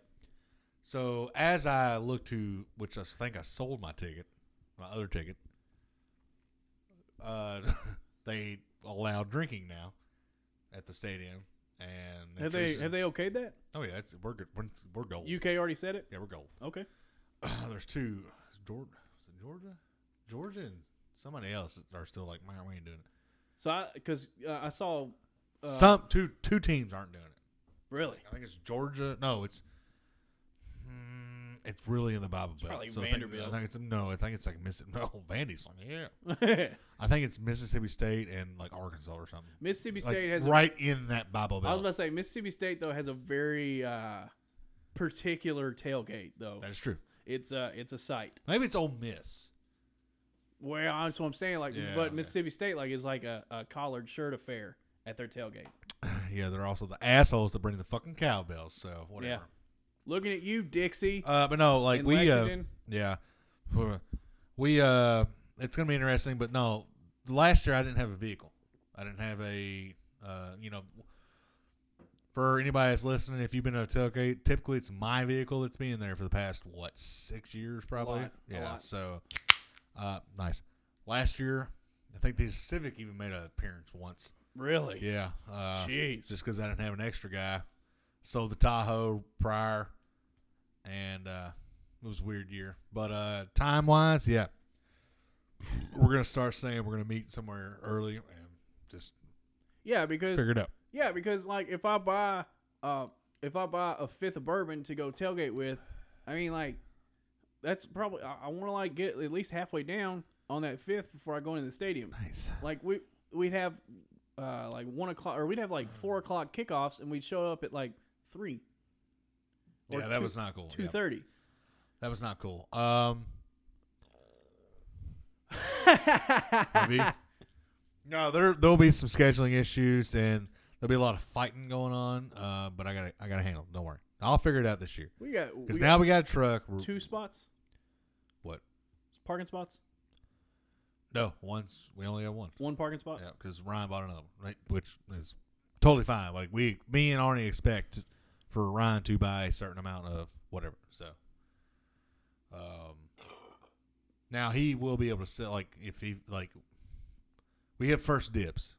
B: So as I looked to, which I think I sold my ticket my other ticket, uh, they allow drinking now at the stadium. And
A: Have they
B: Tristan-
A: have they okayed that?
B: Oh yeah, that's we're good. We're, we're gold.
A: UK already said it.
B: yeah, we're gold.
A: Okay.
B: There's two. Georgia, was it Georgia, Georgia, and somebody else are still like, man, we ain't doing it.
A: So I because uh, I saw Uh,
B: Some two two teams aren't doing it.
A: really
B: I think it's Georgia. No, it's hmm, it's really in the Bible Belt.
A: probably
B: So I think- I
A: Vanderbilt.
B: think, it's no. I think it's like Mississippi. No, Vandy's like yeah.
A: Mississippi
B: I think it's Mississippi State and like Arkansas or something. Like,
A: State has. a-
B: right in that Bible
A: I was
B: Belt.
A: about to say Mississippi State though has a very uh, particular tailgate though.
B: that is true.
A: It's a it's a sight.
B: Maybe it's Ole Miss.
A: Well, that's what I'm saying. Like,
B: Yeah,
A: but
B: okay.
A: Mississippi State like is like a, a collared shirt affair at their tailgate.
B: Yeah, they're also the assholes that bring the fucking cowbells. So whatever.
A: Looking at you, Dixie.
B: Uh, but no, like
A: In
B: we, uh,
A: Lexington?
B: yeah, we, uh, it's gonna be interesting. But no, last year I didn't have a vehicle. I didn't have a, uh, you know, for anybody that's listening, if you've been to a tailgate, typically it's my vehicle that's been there for the past what six years, probably.
A: lot, a
B: yeah.
A: lot.
B: So, uh, nice. Last year, I think the Civic even made an appearance once.
A: really?
B: Yeah. Uh,
A: Jeez.
B: just because I didn't have an extra guy. Sold the Tahoe prior, and uh, it was a weird year. But uh, time wise, yeah, we're gonna start saying we're gonna meet somewhere early and just
A: yeah, because
B: figure it out.
A: yeah, because like if I buy uh if I buy a fifth of bourbon to go tailgate with, I mean like that's probably I, I want to like get at least halfway down on that fifth before I go into the stadium.
B: Nice.
A: like we we'd have uh like one o'clock or we'd have like four
B: Hmm.
A: o'clock kickoffs and we'd show up at like three Or
B: Yeah, that
A: two-
B: was not cool.
A: two
B: Yeah,
A: thirty.
B: that was not cool. Um, maybe. no, there there'll be some scheduling issues and there'll be a lot of fighting going on. Uh, but I gotta I gotta handle. it. Don't worry, I'll figure it out this year.
A: we got we
B: Because
A: got
B: now we got a truck. We're,
A: two spots
B: What?
A: parking spots
B: No, once we only have one.
A: one parking spot
B: Yeah, because Ryan bought another one, right? Which is totally fine. Like we, me and Arnie expect for Ryan to buy a certain amount of whatever. So, um, now he will be able to sell. Like if he like, we have first dips.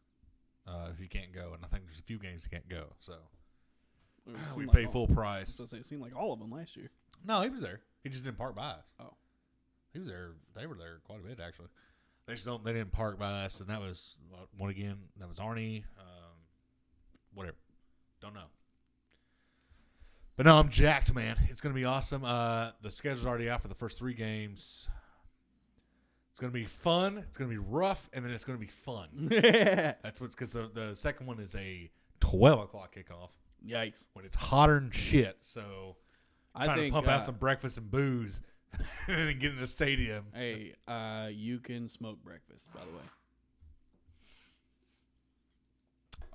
B: Uh, if you can't go, and I think there's a few games you can't go, so
A: It was-
B: we
A: seemed like
B: paid
A: all-
B: full price.
A: so it seemed like all of them last year
B: No, he was there. He just didn't park by us.
A: Oh.
B: he was there. They were there quite a bit actually. They just don't. They didn't park by us, and that was uh, one again. That was Arnie. Um, whatever. Don't know. But no, I'm jacked, man. It's gonna be awesome. Uh, the schedule's already out for the first three games. It's gonna be fun. It's gonna be rough, and then it's gonna be
A: Mm.
B: fun. That's what's because the, the second one is a 12 o'clock kickoff
A: yikes
B: when it's hotter than shit. So
A: i
B: trying
A: think
B: to pump
A: uh,
B: out some breakfast and booze and then get in the stadium.
A: hey uh you can smoke breakfast by the way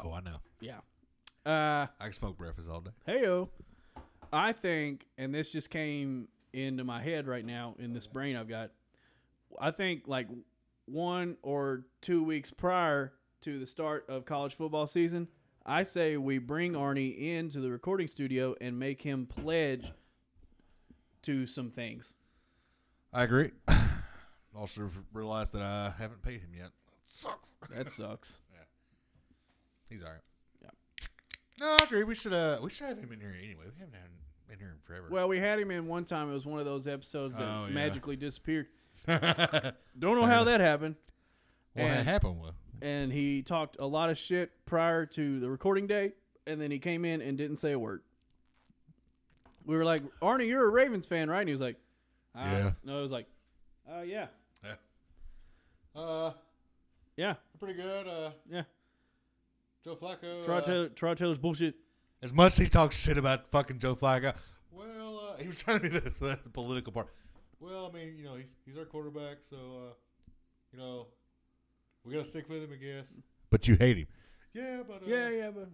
B: Oh, I know.
A: yeah uh
B: I can smoke breakfast all day.
A: Heyo. I think, and this just came into my head right now in this brain I've got. I think like one or two weeks prior to the start of college football season, I say we bring Arnie into the recording studio and make him pledge to some things.
B: I agree. Also realized that I haven't paid him yet. sucks.
A: That sucks.
B: He's all right.
A: Yeah.
B: No, I agree. We should uh we should have him in here anyway. We haven't had him in here in forever.
A: Well, we had him in one time. It was one of those episodes that
B: Oh, yeah.
A: magically disappeared.
B: what
A: Don't know how that happened. and-
B: happened was
A: and he talked a lot of shit prior to the recording date, and then he came in and didn't say a word. We were like, Arnie, you're a Ravens fan, right? And he was like, uh,
B: Yeah.
A: No, it was like, uh, yeah,
B: uh
A: yeah,
B: pretty good. Uh
A: yeah.
B: Joe Flacco.
A: Try Taylor, Tyrod Taylor's bullshit.
B: as much as he talks shit about fucking Joe Flacco, well, uh, he was trying to do this, the political part. Well, I mean, you know, he's he's our quarterback, so uh, you know, we gotta stick with him, I guess. But you hate him. Yeah, but uh,
A: Yeah, yeah, but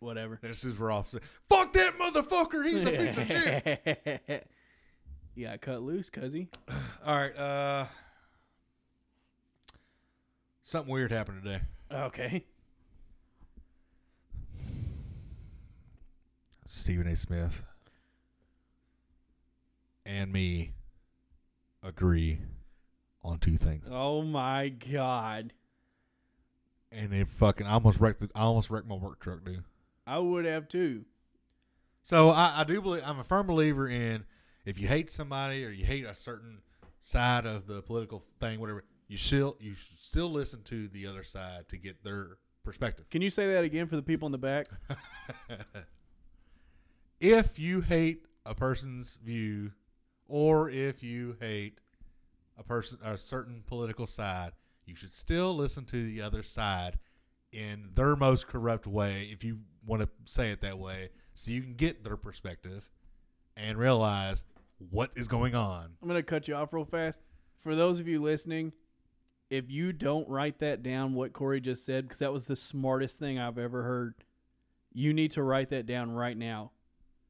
A: whatever.
B: This is where off. Fuck that motherfucker. He's a piece of shit.
A: yeah, cut loose, cuzzy.
B: All right. Uh, something weird happened today.
A: Okay.
B: Stephen A. Smith and me agree on two things,
A: Oh my god.
B: and it fucking I almost wrecked. The, I almost wrecked my work truck, dude.
A: I would have too.
B: So I, I do believe I'm a firm believer in if you hate somebody or you hate a certain side of the political thing, whatever, you still you should still listen to the other side to get their perspective.
A: Can you say that again for the people in the back?
B: if you hate a person's view, or if you hate a person a certain political side, you should still listen to the other side in their most corrupt way, if you want to say it that way, so you can get their perspective and realize what is going on.
A: I'm going to cut you off real fast. For those of you listening, if you don't write that down, what Corey just said, because that was the smartest thing I've ever heard, you need to write that down right now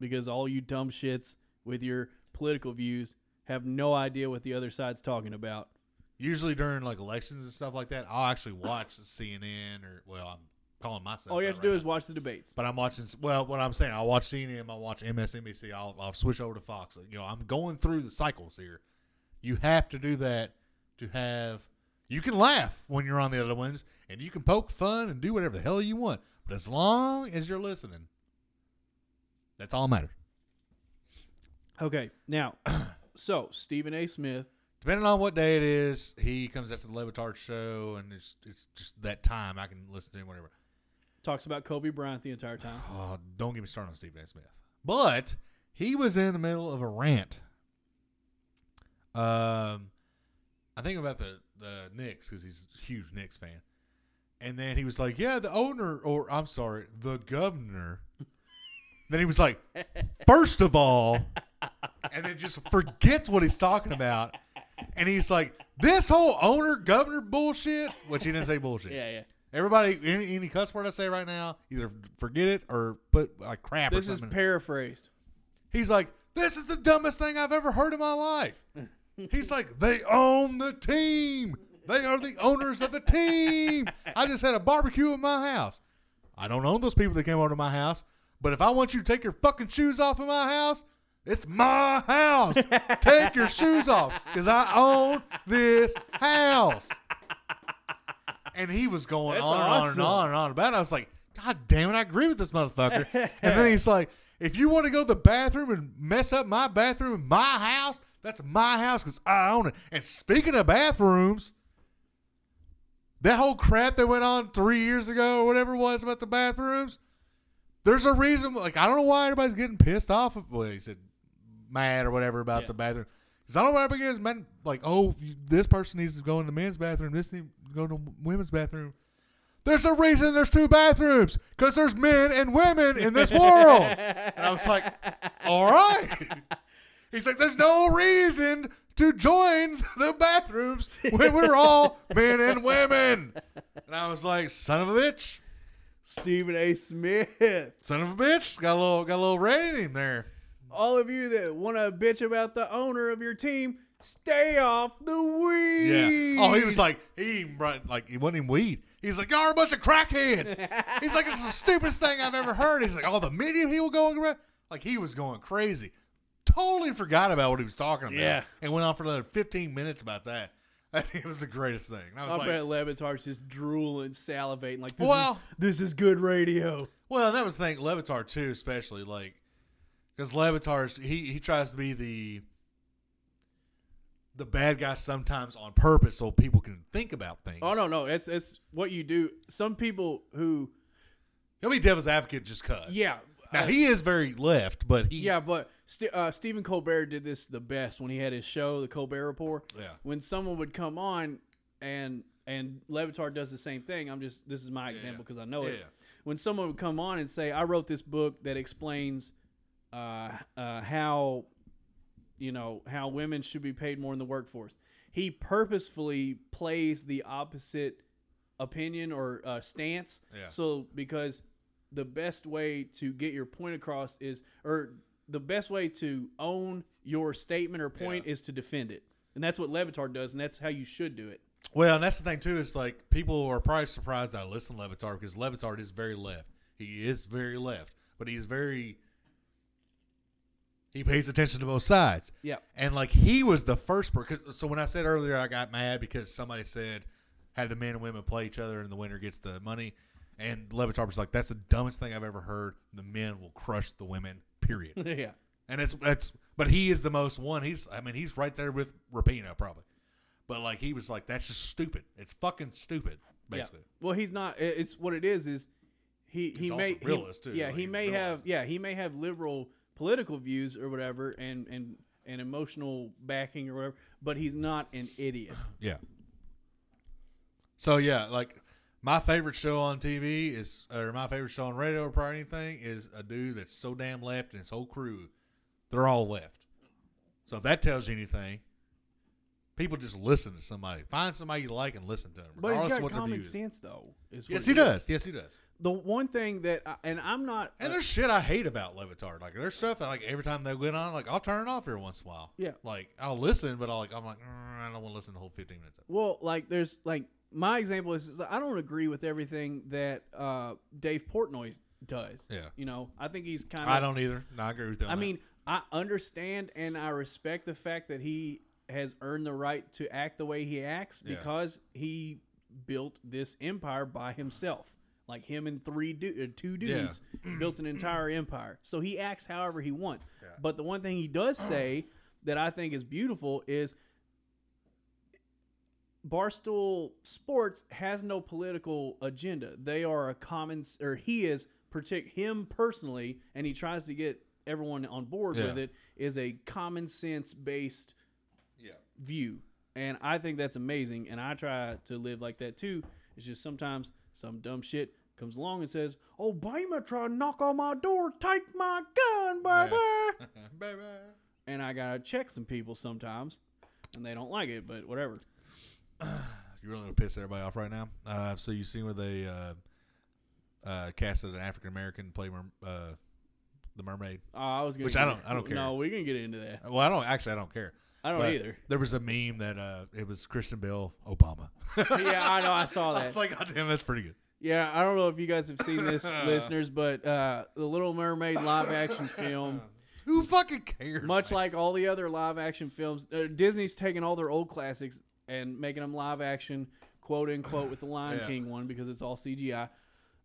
A: because all you dumb shits with your political views have no idea what the other side's talking about.
B: Usually during like elections and stuff like that, I'll actually watch CNN or well, I'm calling myself.
A: All you
B: that
A: have to do
B: right
A: is watch the debates.
B: But I'm watching. Well, what I'm saying, I'll watch CNN, I'll watch MSNBC, I'll, I'll switch over to Fox. You know, I'm going through the cycles here. You have to do that to have. You can laugh when you're on the other ones, and you can poke fun and do whatever the hell you want. But as long as you're listening, that's all that matters.
A: Okay, now, so Stephen A. Smith,
B: Depending on what day it is, he comes after the Levitard show, and it's it's just that time I can listen to him whatever.
A: talks about Kobe Bryant the entire time.
B: Oh, don't get me started on Stephen A. Smith. But he was in the middle of a rant. Um, I think about the the Knicks because he's a huge Knicks fan, and then he was like, "Yeah, the owner, or I'm sorry, the governor." then he was like, first of all," and then just forgets what he's talking about, and he's like, "This whole owner governor bullshit," which he didn't say bullshit.
A: Yeah, yeah.
B: Everybody, any, any cuss word I say right now, either forget it or put like crap
A: This
B: or
A: is
B: something.
A: paraphrased.
B: He's like, this is the dumbest thing I've ever heard in my life. He's like, they own the team. They are the owners of the team. I just had a barbecue at my house. I don't own those people that came over to my house, but if I want you to take your fucking shoes off of my house, it's my house. take your shoes off because I own this house. And he was going
A: That's
B: on and on and
A: awesome.
B: on and on about it. I was like, God damn it, I agree with this motherfucker. and then he's like, if you want to go to the bathroom and mess up my bathroom in my house, that's my house because I own it. And speaking of bathrooms, that whole crap that went on three years ago or whatever it was about the bathrooms, there's a reason. Like, I don't know why everybody's getting pissed off. Of, well, he said mad or whatever about
A: Yeah.
B: the bathroom. Because I don't know why everybody gets mad. Like, oh, you, this person needs to go in the men's bathroom. This needs to go to the women's bathroom. There's a reason there's two bathrooms because there's men and women in this world. and I was like, all right. He's like, there's no reason to join the bathrooms when we're all men and women. And I was like, son of a bitch,
A: Stephen A. Smith.
B: son of a bitch. Got a little, got a little red in him there.
A: All of you that want to bitch about the owner of your team, stay off the weed.
B: Yeah. Oh, he was like, he even brought, like, he wasn't even weed. He's like, y'all are a bunch of crackheads. He's like, it's the stupidest thing I've ever heard. He's like, oh, the medium he was going around. Like, he was going crazy. Totally forgot about what he was talking about.
A: Yeah.
B: And went on for another 15 minutes about that. It was the greatest thing. And I was
A: I
B: like,
A: bet Levitar's just drooling, salivating, like this,
B: Well-
A: is, this is good radio.
B: Well, and that was the thing, Levitar too, especially like because Levitar he he tries to be the the bad guy sometimes on purpose, so people can think about things.
A: Oh no, no, it's it's what you do. Some people who,
B: he'll be devil's advocate just cause.
A: yeah, uh,
B: now he is very left, but he
A: yeah, but St- uh, Stephen Colbert did this the best when he had his show, The Colbert Report.
B: Yeah.
A: when someone would come on and and Levitar does the same thing. I'm just this is my example because I know it.
B: Yeah.
A: When someone would come on and say, "I wrote this book that explains uh, uh, how you know how women should be paid more in the workforce," he purposefully plays the opposite opinion or uh, stance.
B: Yeah.
A: So because the best way to get your point across is or the best way to own your statement or point
B: Yeah.
A: is to defend it. And that's what Levitar does and that's how you should do it.
B: Well, and that's the thing too. Is like people are probably surprised that I listen to Levitar because Levitar is very left. He is very left, but he's very He pays attention to both sides.
A: Yeah.
B: And like he was the first person. So when I said earlier, I got mad because somebody said have the men and women play each other and the winner gets the money. And Levitt Harper's like, that's the dumbest thing I've ever heard. The men will crush the women. Period.
A: yeah.
B: and it's that's but he is the most one. He's I mean he's right there with Rapino probably. But like he was like, that's just stupid. It's fucking stupid. Basically,
A: Yeah. Well, he's not. it- It's what it is. Is he? He
B: He's also
A: may.
B: a realist,
A: he,
B: too,
A: Yeah,
B: like,
A: he
B: he
A: may have.
B: realizes.
A: Yeah, he may have liberal political views or whatever, and and and emotional backing or whatever. But he's not an idiot.
B: Yeah. So yeah, like my favorite show on TV is, or my favorite show on radio or probably anything is a dude that's so damn left and his whole crew, they're all left. So if that tells you anything, people just listen to somebody. Find somebody you like and listen to them.
A: But he's
B: regardless of
A: got
B: what their
A: common
B: view is.
A: sense, though. is what
B: Yes,
A: it
B: he
A: is.
B: does. Yes, he does.
A: The one thing that, I, and I'm not.
B: And there's shit I hate about Levitard. Like there's stuff that like every time they went on, like I'll turn it off every once in a while.
A: Yeah.
B: Like I'll listen, but I'll like I'm like "Mm, I don't want to listen to the whole 15 minutes. of it."
A: Well, like there's like my example is, is I don't agree with everything that uh, Dave Portnoy does.
B: Yeah.
A: You know, I think he's kind of.
B: I don't either. No, I agree with you. on
A: I
B: that.
A: mean, I understand and I respect the fact that he has earned the right to act the way he acts
B: Yeah.
A: because he built this empire by himself. Like him and three du- uh, two
B: Yeah.
A: dudes built an entire empire. So he acts however he wants. But the one thing he does say that I think is beautiful is Barstool Sports has no political agenda. They are a common, or he is partic him personally, and he tries to get everyone on board
B: Yeah.
A: with it. Is a common sense based
B: yeah.
A: view, and I think that's amazing. And I try to live like that too. It's just sometimes some dumb shit comes along and says, "Obama try to knock on my door, take my gun, baby,"
B: Baby.
A: and I gotta check some people sometimes, and they don't like it, but whatever.
B: You're really gonna piss everybody off right now. Uh, so you seen where they uh, uh, casted an African American to play mer- uh, the mermaid?
A: Oh, I was gonna
B: Which
A: get
B: I don't- I don't
A: No, we're gonna get into that.
B: Well, I don't actually. I don't care.
A: I don't
B: But
A: either.
B: There was a meme that uh, it was Christian Bale Obama.
A: yeah, I know. I saw
B: I
A: that.
B: was like, God damn, that's pretty good.
A: yeah, I don't know if you guys have seen this, listeners, but uh, the Little Mermaid live action film,
B: Who fucking cares?
A: much like all the other live action films, uh, Disney's taking all their old classics and making them live action, quote unquote, with the Lion
B: Yeah.
A: King one because it's all CGI.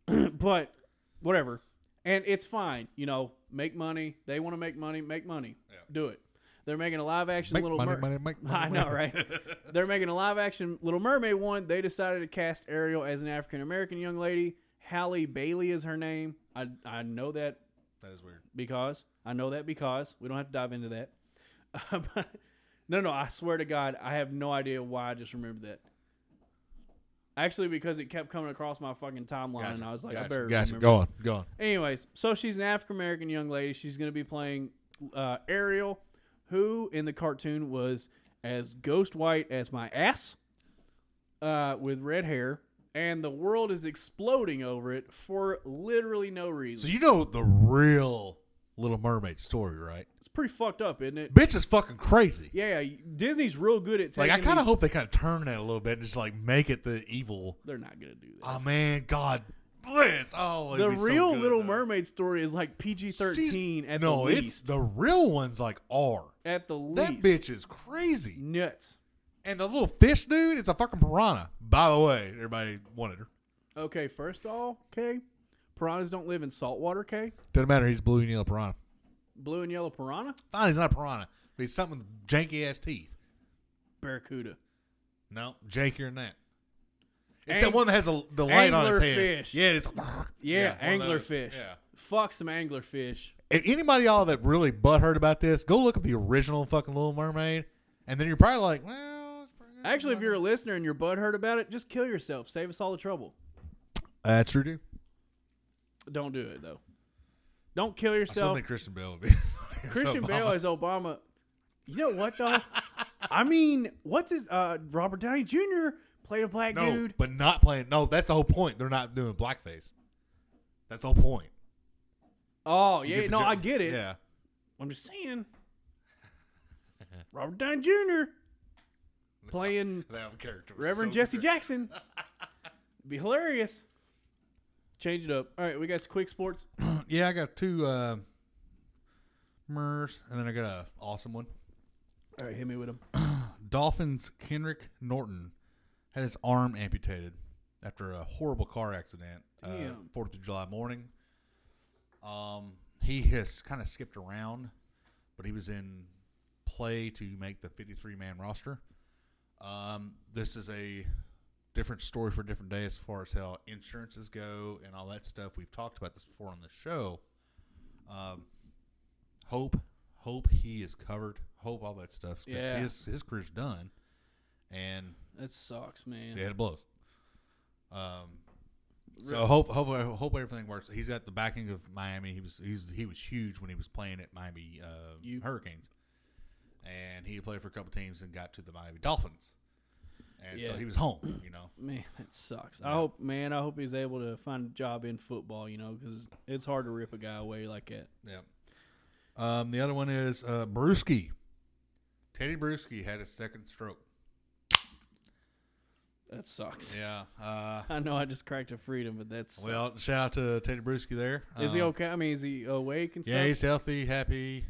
A: but whatever, and it's fine. You know, make money. They want to make money. Make money. Do it. They're making a live action
B: Make
A: Little
B: money,
A: Mermaid.
B: money, make money,
A: I know,
B: money.
A: right? They're making a live action Little Mermaid one. They decided to cast Ariel as an African American young lady. Hallie Bailey is her name. I I know that
B: that is weird.
A: because I know that because we don't have to dive into that. but, no, no, I swear to God, I have no idea why I just remembered that. Actually, because it kept coming across my fucking timeline, and I was like, I better
B: gotcha.
A: remember
B: Go
A: this.
B: on, go on.
A: Anyways, so she's an African American young lady. She's going to be playing uh, Ariel, who in the cartoon was as ghost white as my ass, uh, with red hair, and the world is exploding over it for literally no
B: So
A: reason.
B: you know the real Little Mermaid story, right?
A: It's pretty fucked up, isn't it?
B: Bitch is fucking crazy.
A: Yeah, Disney's real good at taking.
B: like I kind
A: these-
B: of hope they kind of turn that a little bit and just like make it the evil.
A: they're not going to do that.
B: Oh man, God bless. Oh, it'd
A: the
B: be so
A: real
B: good,
A: Little
B: though.
A: Mermaid story is like PG thirteen
B: She's-
A: at
B: no,
A: the
B: it's
A: least.
B: the real one's like R.
A: at the
B: That
A: least,
B: bitch is crazy.
A: nuts.
B: And the little fish dude is a fucking piranha. By the way, everybody wanted her.
A: Okay, first of all, okay, piranhas don't live in saltwater. Okay,
B: Doesn't matter. He's blue and yellow piranha.
A: blue and yellow piranha,
B: Fine, he's not a piranha, but he's something with janky ass teeth.
A: barracuda,
B: No, jankier than that. It's
A: Ang-
B: that one that has a, the light on his head.
A: Anglerfish.
B: Yeah, it's
A: yeah,
B: one of those.
A: anglerfish.
B: Yeah.
A: Fuck some anglerfish.
B: if anybody y'all that really butthurt about this, go look at the original fucking Little Mermaid, and then you're probably like, well, it's pretty good.
A: Actually, if you're a listener and your bud heard about it, just kill yourself. Save us all the trouble.
B: Uh, that's true. Too.
A: Don't do it though. Don't kill
B: I still
A: yourself.
B: think Christian Bale would be
A: Christian
B: So,
A: Bale
B: Obama-
A: as Obama. You know what though? I mean, what's his? Uh, Robert Downey Jr. played a black
B: no,
A: dude.
B: but not playing. No, that's the whole point. They're not doing blackface. That's the whole point.
A: Oh
B: You
A: yeah,
B: the
A: no,
B: jo-
A: I get it.
B: Yeah,
A: I'm just saying. Robert Downey Jr. playing
B: that character. was
A: Reverend
B: so
A: Jesse
B: good.
A: Jackson. Be hilarious. Change it up. All right, we got some quick sports.
B: Yeah, I got two uh, Mers. And then I got a awesome one.
A: All right, hit me with them.
B: Dolphins Kenrick Norton had his arm amputated after a horrible car accident uh,
A: Damn.
B: Fourth of July morning. Um, he has kind of skipped around, but he was in play to make the 53 man roster. Um, this is a different story for a different day as far as how insurances go and all that stuff. We've talked about this before on the show. Um, hope, hope he is covered. Hope all that stuff. 'cause
A: Yeah.
B: his his career's done, and
A: That sucks, man.
B: yeah, it blows. Um, so hope hope hope everything works. He's got the backing of Miami. He was he's he was huge when he was playing at Miami uh,
A: You-
B: Hurricanes, and he played for a couple teams and got to the Miami Dolphins, and so
A: Yeah.
B: he was home. You know,
A: Man, that sucks. I hope, man, I hope he's able to find a job in football, you know, because it's hard to rip a guy away like that.
B: yeah. Um, the other one is uh, Brewski. Teddy Brewski had his second stroke.
A: That sucks.
B: Yeah. Uh,
A: I know I just cracked a freedom, but that's.
B: well, shout out to Teddy Brewski there.
A: is he
B: Um,
A: okay? I mean, is he awake and stuff?
B: Yeah, he's healthy, happy.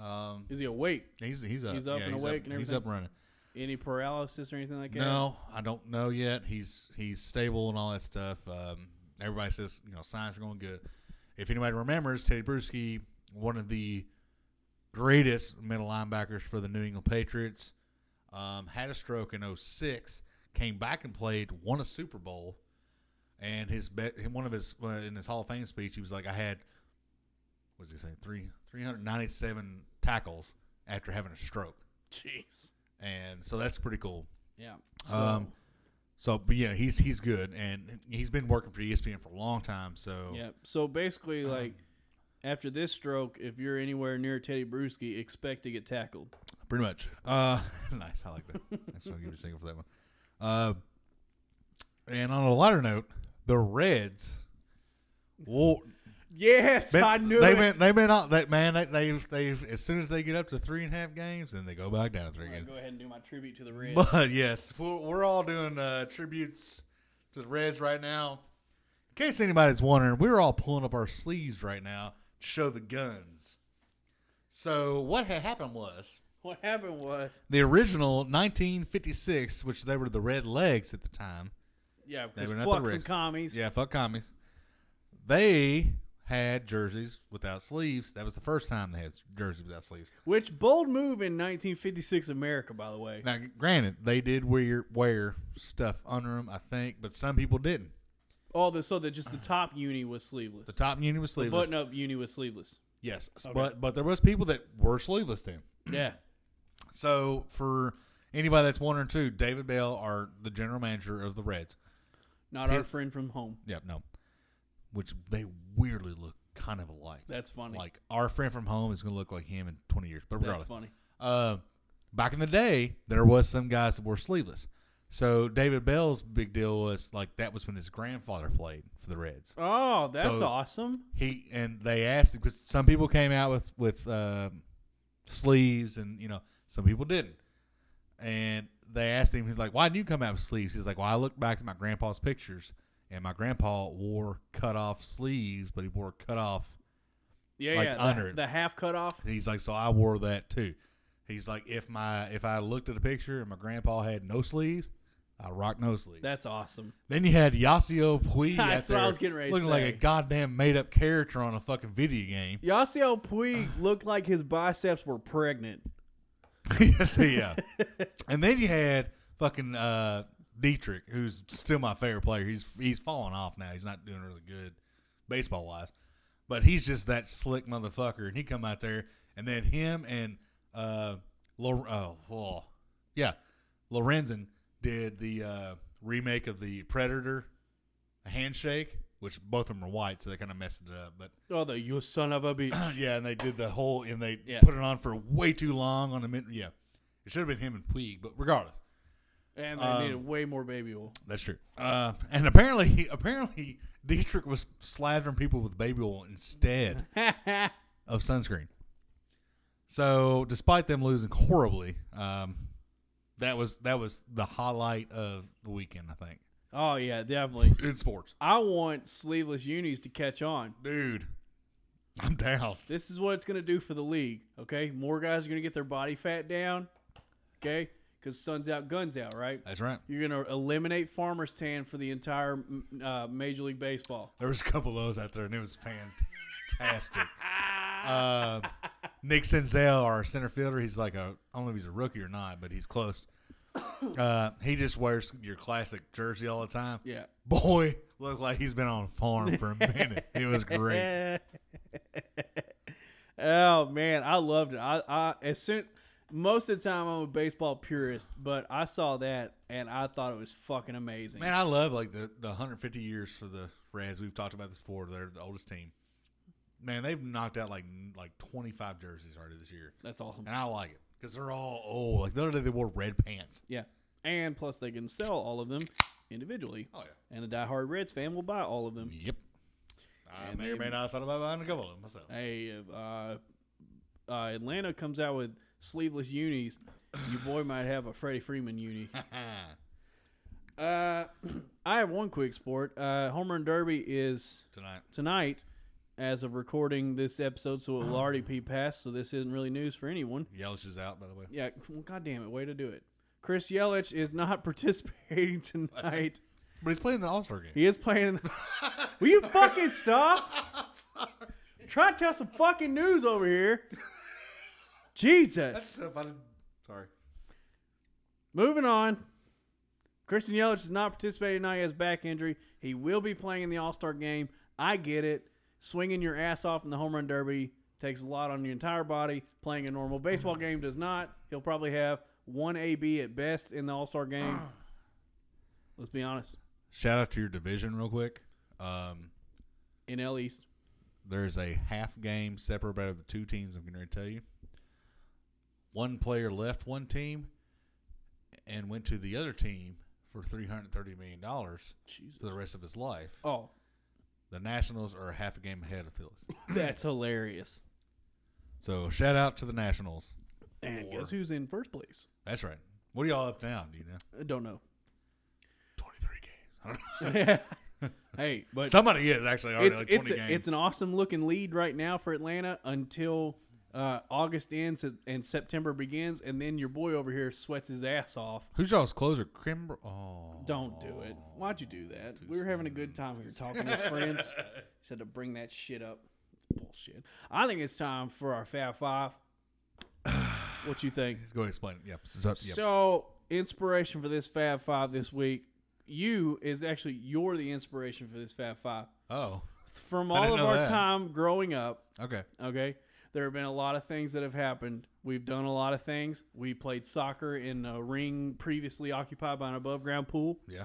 B: Um,
A: is he awake?
B: He's he's up.
A: He's up
B: yeah,
A: and
B: he's
A: awake
B: up,
A: and
B: He's
A: everything?
B: up and running.
A: Any paralysis or anything like that?
B: No, I don't know yet. He's he's stable and all that stuff. Um, everybody says you know signs are going good. If anybody remembers, Teddy Bruschi, one of the greatest middle linebackers for the New England Patriots, um, had a stroke in 06, came back and played, won a Super Bowl, and his bet one of his uh, in his Hall of Fame speech, he was like, I had what was he saying three three hundred ninety seven tackles after having a stroke,
A: Jeez.
B: and so that's pretty cool.
A: Yeah.
B: Um, so, but yeah, he's he's good, and he's been working for E ESPN for a long time. So,
A: Yeah. So
B: uh,
A: basically, like after this stroke, if you're anywhere near Teddy Bruschi, expect to get tackled.
B: pretty much. Uh, nice, I like that. Actually, I'll give you a single for that one. Uh, and on a lighter note, the Reds. Well,
A: Yes,
B: been-
A: I knew
B: they've been
A: it.
B: they've been out that man. They, they've they've as soon as they get up to three and a half games, then they go back down to three
A: I'm
B: games.
A: gonna go ahead and do my tribute to the Reds.
B: But yes, we're, we're all doing uh, tributes to the Reds right now. In case anybody's wondering, we're all pulling up our sleeves right now to show the guns. So what had happened was
A: what happened was,
B: the original 1956, which they were the Red Legs at the time.
A: yeah,
B: They
A: because
B: were not the
A: fucks and
B: Reds.
A: commies.
B: Yeah, fuck commies. They had jerseys without sleeves. That was the first time they had jerseys without sleeves.
A: Which bold move in 1956 America, by the way.
B: Now, granted, they did wear wear stuff under them, I think, but some people didn't.
A: All the so that just the top uni was sleeveless.
B: The top union was sleeveless.
A: Button up uni was sleeveless.
B: Yes, s- but but there was people that were sleeveless then.
A: yeah.
B: So for anybody that's wondering too, David Bell are the general manager of the Reds.
A: Not our
B: His-
A: friend from home.
B: Yep, no, which they weirdly look kind of alike.
A: That's funny.
B: Like our friend from home is going to look like him in twenty years. But
A: That's
B: regardless,
A: funny.
B: uh, back in the day, there was some guys that were sleeveless. So David Bell's big deal was like that was when his grandfather played for the Reds.
A: Oh, that's
B: So-
A: awesome.
B: he and they asked him because some people came out with with um sleeves and you know some people didn't and they asked him he's like why didn't you come out with sleeves he's like well i looked back to my grandpa's pictures and my grandpa wore cut off sleeves but he wore cut off
A: Yeah,
B: like
A: yeah. the-
B: under it.
A: the half cut off.
B: he's like so i wore that too he's like if my if i looked at a picture and my grandpa had no sleeves i rocked no sleeves
A: That's awesome.
B: then you had Yasiel Puig out
A: That's what I
B: there
A: was getting ready to
B: looking like a
A: say.
B: goddamn made up character on a fucking video game
A: Yasiel Puig looked like his biceps were pregnant.
B: yes, yeah. and then you had fucking uh, Dietrich, who's still my favorite player. He's he's falling off now. He's not doing really good baseball wise, but he's just that slick motherfucker. And he come out there, and then him and uh, Lor- oh, oh, yeah, Lorenzen did the uh, remake of the Predator handshake, which both of them are white, so they kind of messed it up, but.
A: Oh, the you son of a bitch.
B: Yeah, and they did the whole, and they
A: Yeah.
B: put it on for way too long on a minute. Yeah, it should have been him and Puig, but regardless,
A: And they
B: Um,
A: needed way more baby oil.
B: that's true. Uh, and apparently, apparently, Dietrich was slathering people with baby oil instead of sunscreen. So, despite them losing horribly, um, that was that was the highlight of the weekend, I think,
A: oh yeah, definitely.
B: in sports,
A: I want sleeveless unis to catch on.
B: dude. I'm down.
A: This is what it's going to do for the league. Okay, more guys are going to get their body fat down. Okay, because sun's out, guns out. Right.
B: That's right.
A: You're going to eliminate farmer's tan for the entire mm, uh, Major League Baseball.
B: There was a couple of those out there, and it was fantastic. uh, Nick Senzel, our center fielder, he's like a I don't know if he's a rookie or not, but he's close. Uh, he just wears your classic jersey all the time.
A: Yeah.
B: Boy, looked like he's been on a farm for a minute. It was great.
A: oh man, I loved it. I, I as soon most of the time I'm a baseball purist, but I saw that and I thought it was fucking amazing.
B: Man, I love like the, the 150 years for the Reds. We've talked about this before. They're the oldest team. Man, they've knocked out like like 25 jerseys already this year,
A: That's awesome.
B: and I like it because they're all old. Like the other day they wore red pants.
A: Yeah, and plus they can sell all of them individually,
B: Oh yeah.
A: and a diehard Reds fan will buy all of them.
B: Yep. I
A: And
B: may or
A: they-
B: may not have thought about buying a couple of them myself.
A: Hey, uh, uh, Atlanta comes out with sleeveless unis. Your boy might have a Freddie Freeman uni. Uh, I have one quick sport. Uh, home run derby is
B: Tonight.
A: tonight as of recording this episode, so it'll already be past. So this isn't really news for anyone.
B: Yelich is out, by the way.
A: Yeah, well, God damn it, way to do it. Chris Yelich is not participating tonight.
B: But he's playing the All Star game.
A: He is playing. Will you fucking stop? Try to tell some fucking news over here. Jesus.
B: Sorry.
A: Moving on. Christian Yelich is not participating tonight. He has back injury. He will be playing in the All Star game. I get it. Swinging your ass off in the home run derby takes a lot on your entire body. Playing a normal baseball game does not. He'll probably have one AB at best in the All Star game. Let's be honest.
B: Shout out to your division real quick. Um,
A: In L East.
B: there's a half game separated the two teams. I'm going to tell you. One player left one team and went to the other team for three hundred thirty million dollars
A: Jesus.
B: for the rest of his life.
A: Oh,
B: The Nationals are a half a game ahead of Phillies.
A: that's hilarious.
B: So shout out to the Nationals.
A: And
B: Four.
A: guess who's in first place?
B: That's right. What are y'all up now? Do you know?
A: I don't know.
B: Twenty three games. I don't know.
A: hey, but
B: Somebody is actually already
A: it's
B: like
A: it's
B: twenty
A: a,
B: games.
A: it's an awesome looking lead right now for Atlanta until uh, August ends and- and September begins, and then your boy over here sweats his ass off.
B: Who's y'all's closer? Kimber. Oh,
A: Don't do it. Why'd you do that? We were having a good time. We were talking as friends. Said to bring that shit up. Bullshit. I think it's time for our Fab Five. What you think?
B: go ahead and explain it. Yep. So, yep.
A: So, inspiration for this Fab Five this week. You is actually you're the inspiration for this Fab Five.
B: oh,
A: From
B: I didn't
A: all of
B: know
A: our
B: that.
A: time growing up,
B: okay.
A: okay, there have been a lot of things that have happened. We've done a lot of things. We played soccer in a ring previously occupied by an above ground pool.
B: Yeah.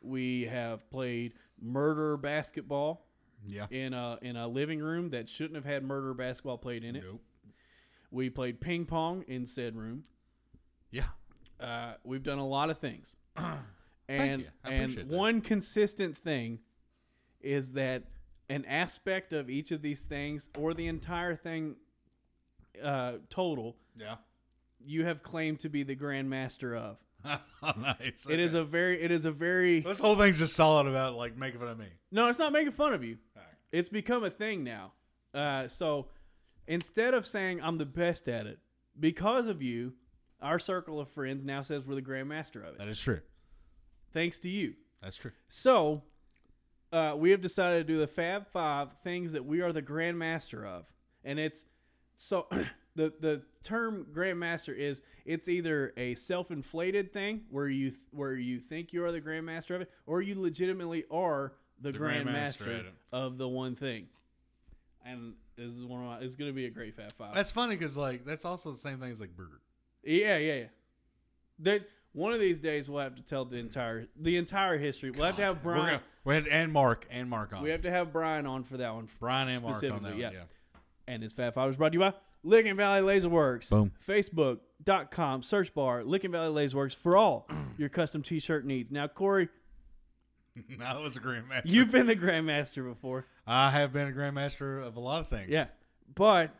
A: We have played murder basketball
B: Yeah.
A: in a in a living room that shouldn't have had murder basketball played in it.
B: Nope.
A: We played ping pong in said room.
B: Yeah.
A: Uh, we've done a lot of things. and
B: you. I appreciate
A: and
B: that.
A: one consistent thing is that an aspect of each of these things or the entire thing uh, total
B: Yeah.
A: you have claimed to be the grandmaster of.
B: nice.
A: It is a very it is a very
B: This whole thing's just solid about like making fun of me.
A: No, it's not making fun of you.
B: All right.
A: It's become a thing now. Uh, so instead of saying I'm the best at it, because of you, our circle of friends now says we're the grandmaster of it.
B: That is true.
A: Thanks to you.
B: That's true.
A: So, uh, we have decided to do the Fab Five things that we are the grandmaster of, and it's so the the term grandmaster is it's either a self inflated thing where you th- where you think you are the grandmaster of it, or you legitimately are the,
B: The grandmaster
A: grandmaster
B: at it.
A: of the one thing. And this is one of my, it's going to be a great Fab Five.
B: That's funny because like that's also the same thing as like bird.
A: Yeah, yeah, yeah. There, one of these days we'll have to tell the entire the entire history. We'll have to have Brian.
B: We're gonna, we had and Mark and Mark on.
A: We have to have Brian on for that one.
B: Brian and Mark on that
A: specifically,
B: one.
A: yeah.
B: Yeah.
A: And it's Fat Five was brought to you by Licking Valley Laserworks.
B: Boom.
A: Facebook.com search bar Licking Valley Laserworks for all your custom t shirt needs. Now, Corey,
B: that was a grandmaster.
A: you've been the Grandmaster before.
B: I have been a grandmaster of a lot of things.
A: Yeah. But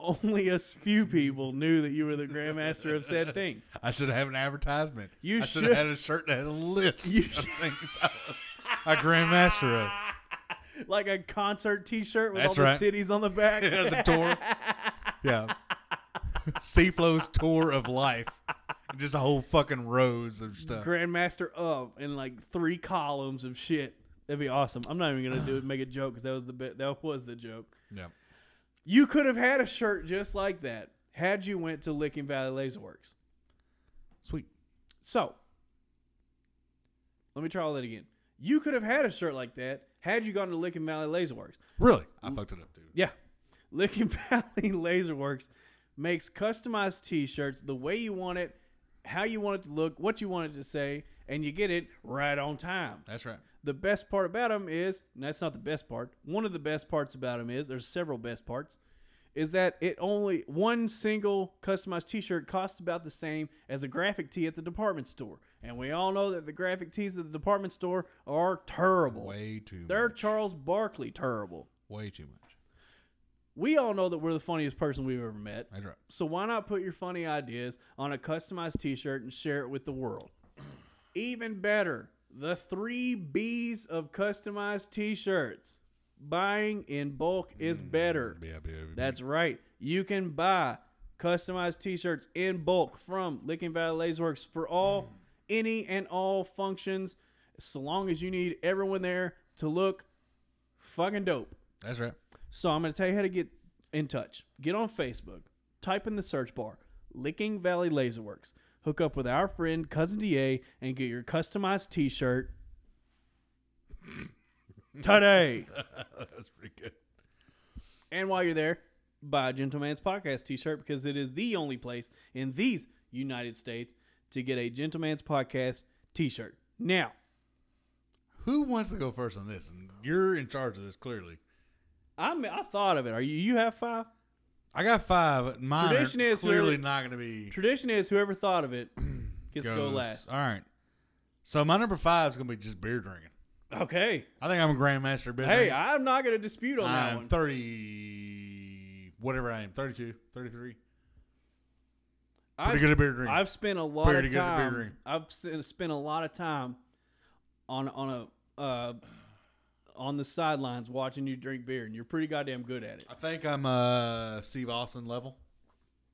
A: only a few people knew that you were the Grandmaster of said thing.
B: I should have an advertisement.
A: You
B: I should
A: should.
B: have had a shirt that had a list
A: You
B: of
A: should.
B: things I was a grandmaster of.
A: like a concert T-shirt with
B: That's
A: all the
B: right.
A: cities on the back.
B: the tour. Yeah. Seaflow's tour of life. Just a whole fucking rows of stuff.
A: Grandmaster of and like three columns of shit. That'd be awesome. I'm not even gonna do it, make a joke because that was the bit. That was the joke.
B: Yeah.
A: You could have had a shirt just like that had you went to Licking Valley Laserworks.
B: Sweet.
A: So, let me try all that again. You could have had a shirt like that had you gone to Licking Valley Laserworks.
B: Really? I fucked it up, dude.
A: Yeah. Licking Valley Laserworks makes customized t-shirts the way you want it, how you want it to look, what you want it to say, and you get it right on time.
B: That's right.
A: The best part about them is, and that's not the best part. One of the best parts about them is, there's several best parts, is that it only one single customized T-shirt costs about the same as a graphic tee at the department store, and we all know that the graphic tees at the department store are terrible.
B: Way too
A: They're
B: much.
A: Charles Barkley terrible.
B: Way too much.
A: We all know that we're the funniest person we've ever met.
B: That's right.
A: So why not put your funny ideas on a customized t-shirt and share it with the world? Even better, the 3 Bs of customized t-shirts. Buying in bulk is better.
B: Yeah, yeah, yeah.
A: That's right. You can buy customized t-shirts in bulk from Licking Valley Laserworks for all any and all functions so long as you need everyone there to look fucking dope.
B: That's right.
A: So I'm going to tell you how to get in touch. Get on Facebook, type in the search bar, Licking Valley Laserworks. Hook up with our friend Cousin DA and get your customized t shirt today.
B: That's pretty good.
A: and while you're there, buy a Gentleman's Podcast t shirt because it is the only place in these United States to get a Gentleman's Podcast t shirt. Now,
B: Who wants to go first on this? And you're in charge of this clearly.
A: I'm, I thought of it. Are you, you have five?
B: I got five. Mine Tradition
A: Tradition is
B: is clearly
A: whoever-
B: not going to be.
A: Tradition is whoever thought of it gets to go
B: goes.
A: last.
B: All right. So my number five is going to be just beer drinking.
A: Okay.
B: I think I'm a grandmaster of beer
A: Hey,
B: drinking.
A: I'm not going to dispute on that
B: I'm
A: one.
B: 30, whatever I am, 32, 33.
A: I've,
B: good at beer drinking.
A: I've spent a lot
B: Pretty
A: of
B: good at beer
A: time.
B: drinking.
A: I've s- spent a lot of time on on a uh, on the sidelines watching you drink beer, and you're pretty goddamn good at it.
B: I think I'm uh, Steve Austin level.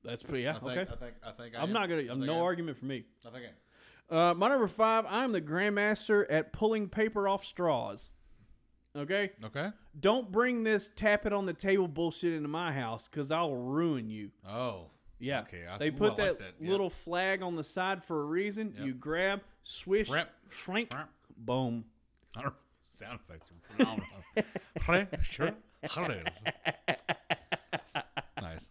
A: That's pretty yeah.
B: I think,
A: okay.
B: I think, I think I
A: I'm
B: am.
A: not
B: I
A: gonna.
B: think
A: no
B: I am.
A: argument for me.
B: I think I am.
A: Uh, my number five. I'm the grandmaster at pulling paper off straws. Okay,
B: Okay.
A: don't bring this tap it on the table bullshit into my house because I'll ruin you.
B: Oh.
A: Yeah.
B: Okay. I-
A: they
B: ooh,
A: put
B: I
A: that,
B: like that. Yeah.
A: little flag on the side for a reason. You grab, swish,
B: Rip.
A: shrink,
B: Rip.
A: boom.
B: I don't- Sound effects are phenomenal. Sure. nice.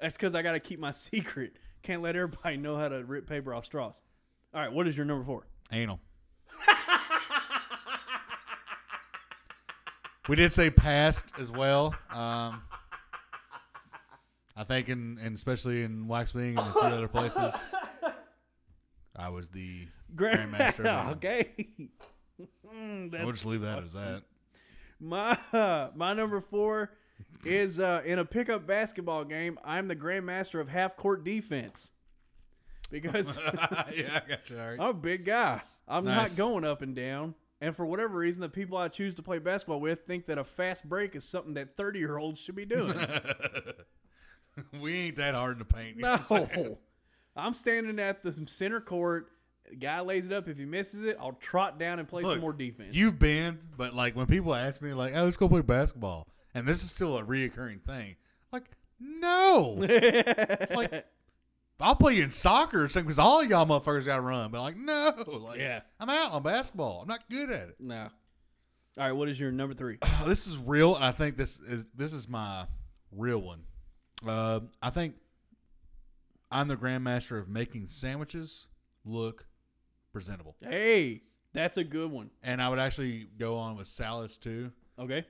A: That's because I got to keep my secret. Can't let everybody know how to rip paper off straws. All right, what is your number four?
B: Anal. we did say past as well. Um, I think, in, and especially in Waxwing and a few other places, I was the
A: Grand-
B: grandmaster. of it.
A: okay. Mm, Oh, that's-
B: We'll just leave that as that.
A: my my number four is uh, in a pickup basketball game. I'm the grandmaster of half court defense because
B: yeah, I got you. All right.
A: I'm a big guy. I'm
B: Nice.
A: not going up and down. And for whatever reason, the people I choose to play basketball with think that a fast break is something that 30 year olds should be doing.
B: We ain't that hard in the paint. you know what I'm saying?
A: Oh. no. I'm standing at the center court. The guy lays it up. If he misses it, I'll trot down and play
B: Look,
A: some more defense.
B: You've been, but like when people ask me, like, "Oh, let's go play basketball," and this is still a reoccurring thing. Like, no, like I'll play in soccer or something because all y'all motherfuckers got to run. But like, no, like,
A: Yeah.
B: I'm out on basketball. I'm not good at it.
A: nah. All right, what is your number three?
B: this is real, and I think this is this is my real one. Uh, I think I'm the grandmaster of making sandwiches look presentable,
A: hey, that's a good one.
B: and I would actually go on with salads too.
A: Okay.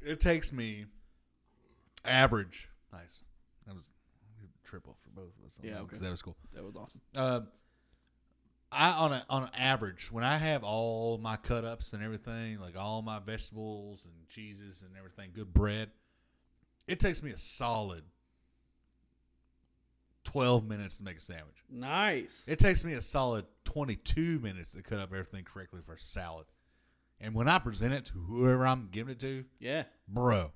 B: it takes me average. Nice. That was triple for both of us. on
A: Yeah,
B: that one,
A: okay.
B: 'cause That was cool.
A: That was awesome.
B: Um, I on a, on average when I have all my cut ups and everything, like all my vegetables and cheeses and everything, good bread, it takes me a solid twelve minutes to make a sandwich.
A: Nice.
B: It takes me a solid 22 minutes to cut up everything correctly for a salad. And when I present it to whoever I'm giving it to,
A: Yeah.
B: bro,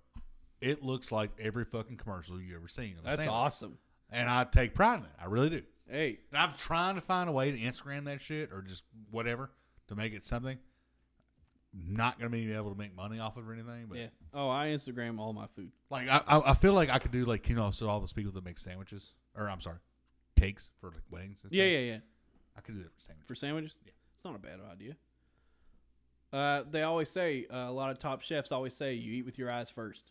B: it looks like every fucking commercial you ever seen. of a
A: That's
B: sandwich.
A: awesome.
B: And I take pride in it. I really do.
A: Hey,
B: And I'm trying to find a way to Instagram that shit or just whatever to make it something. Not gonna be able to make money off of or anything, but
A: yeah. Oh, I Instagram all my food.
B: like I, I, I feel like I could do like you know, so all those people that make sandwiches or I'm sorry, cakes for like weddings. And
A: Yeah,
B: stuff,
A: yeah, yeah.
B: I could do that for sandwiches.
A: For sandwiches?
B: Yeah.
A: It's not a bad idea. Uh, they always say, uh, a lot of top chefs always say, you eat with your eyes first.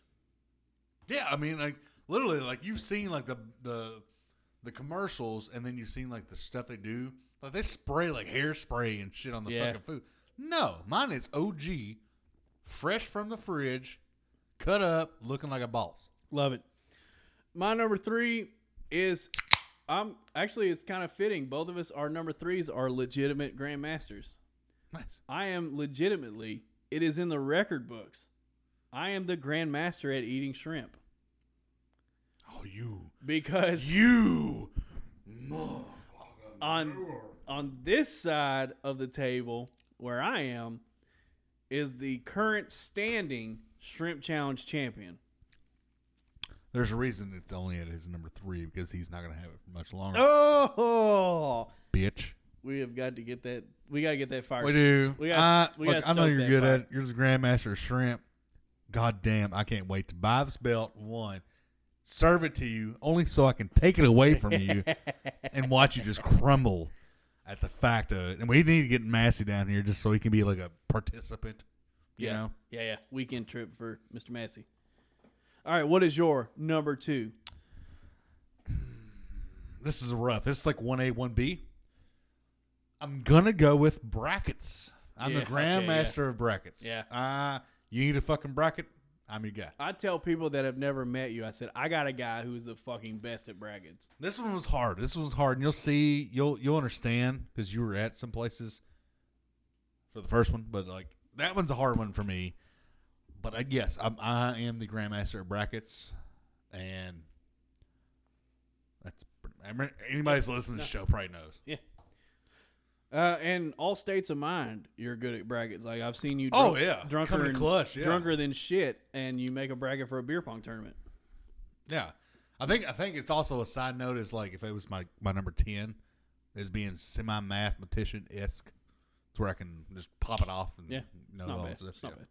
B: Yeah, I mean, like literally, like you've seen like the the the commercials, and then you've seen like the stuff they do. Like they spray like hairspray and shit on the
A: Yeah.
B: fucking food. No, mine is OG, fresh from the fridge, cut up, looking like a boss.
A: Love it. My number three is I'm actually it's kind of fitting. Both of us our number threes are legitimate grandmasters.
B: Nice.
A: I am legitimately it is in the record books. I am the grandmaster at eating shrimp.
B: Oh, you,
A: Because
B: you, motherfucker.
A: on on this side of the table where I am is the current standing shrimp challenge champion.
B: There's a reason it's only at his number three because he's not gonna have it for much longer,
A: Oh,
B: bitch.
A: we have got to get that. We got to get that fire.
B: We do.
A: We
B: We
A: gotta-
B: got.
A: we
B: look,
A: gotta
B: I know
A: stoke
B: you're
A: that
B: good
A: fire.
B: at. it. You're the grandmaster of shrimp. God damn! I can't wait to buy this belt. One, serve it to you only so I can take it away from you and watch you just crumble at the fact of it. And we need to get Massey down here just so he can be like a participant. You
A: yeah.
B: know,
A: Yeah, yeah. Weekend trip for Mr. Massey. All right, what is your number two?
B: this is rough. This is like one A, one B. I'm gonna go with brackets. I'm
A: Yeah,
B: the
A: okay,
B: grandmaster of brackets.
A: Yeah.
B: Uh, you need a fucking bracket. I'm your guy.
A: I tell people that have never met you, I said, I got a guy who's the fucking best at brackets.
B: This one was hard. This one was hard, and you'll see, you'll you'll understand because you were at some places for the first one, but like that one's a hard one for me. But I guess I'm, I am the grandmaster of brackets, and that's pretty- I mean, anybody's listening to the show probably knows.
A: Yeah. Uh, and all states of mind, you're good at brackets. Like I've seen you.
B: Oh,
A: drunk-
B: yeah.
A: drunker
B: Coming
A: and-
B: clutch, yeah.
A: drunker than shit, and you make a bracket for a beer pong tournament.
B: Yeah, I think I think it's also a side note is like if it was my my number ten is being semi mathematician esque. It's where I can just pop it off and
A: Yeah,
B: know
A: it's not
B: all
A: bad.
B: this stuff.
A: It's not
B: Mm-hmm. Yeah.
A: bad.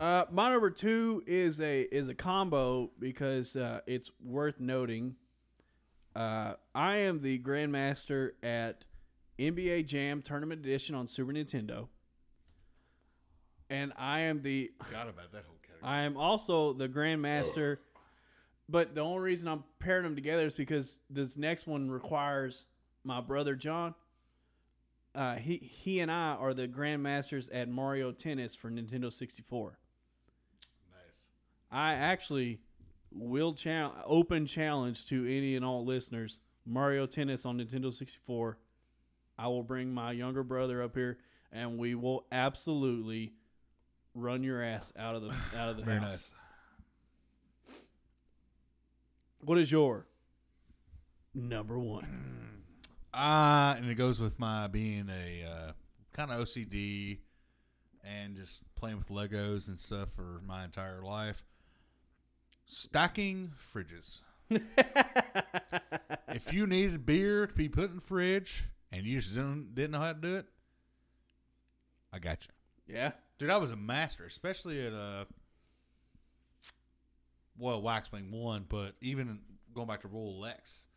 A: Uh, my number two is a is a combo because uh, it's worth noting. Uh, I am the grandmaster at NBA Jam Tournament Edition on Super Nintendo, and I am the
B: Forgot about that whole category.
A: I am also the grandmaster. But the only reason I'm pairing them together is because this next one requires my brother John. Uh, he he and I are the grandmasters at Mario Tennis for Nintendo 64.
B: Nice.
A: I actually will chal- open challenge to any and all listeners Mario Tennis on Nintendo 64. I will bring my younger brother up here and we will absolutely run your ass out of the out of the
B: Very
A: house.
B: nice.
A: What is your number one?
B: Uh, and it goes with my being a uh, kind of OCD and just playing with Legos and stuff for my entire life. Stacking fridges. if you needed beer to be put in the fridge and you just didn't, didn't know how to do it, I got you.
A: Yeah.
B: Dude, I was a master, especially at uh well, Waxwing one, but even going back to Royal X,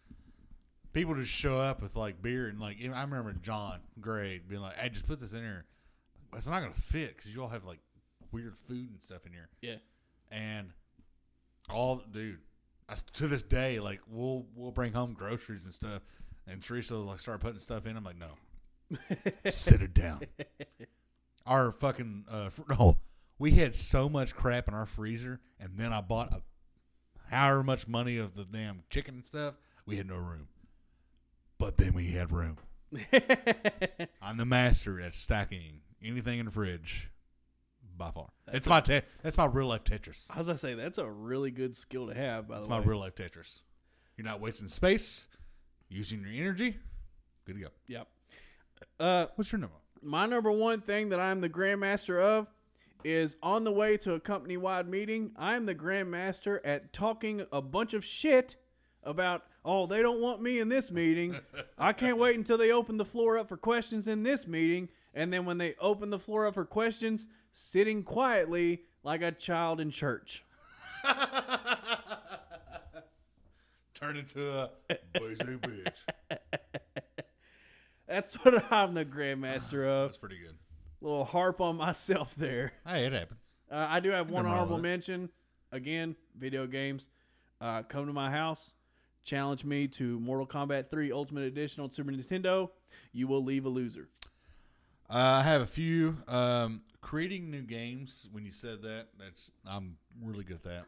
B: people just show up with like beer and like I remember John Gray being like, "Hey, just put this in here. It's not gonna fit because you all have like weird food and stuff in here."
A: Yeah.
B: and all dude I, s- to this day like we'll we'll bring home groceries and stuff and teresa will like start putting stuff in i'm like no sit it down our fucking uh fr- no we had so much crap in our freezer and then i bought a, however much money of the damn chicken and stuff we had no room but then we had room i'm the master at stacking anything in the fridge by far it's my te- that's my real life tetris
A: As I say, that's a really good skill to have. By
B: it's
A: the way,
B: my real life Tetris. You're not wasting space, using your energy. Good to go.
A: Yep. Uh,
B: What's your number?
A: my number one thing that I'm the grandmaster of is on the way to a company wide meeting. I'm the grandmaster at talking a bunch of shit about, oh, they don't want me in this meeting. I can't wait until they open the floor up for questions in this meeting. And then when they open the floor up for questions, sitting quietly like a child in church.
B: Turn into a basic bitch.
A: That's what I'm the grandmaster of.
B: That's pretty good.
A: Little harp on myself there.
B: Hey, it happens.
A: Uh, I do have one
B: wrong with
A: honorable
B: it.
A: mention. Again, video games. Uh, come to my house, challenge me to Mortal Kombat 3 Ultimate Edition on Super Nintendo. You will leave a loser.
B: Uh, I have a few. Um, creating new games. When you said that, that's I'm really good at that.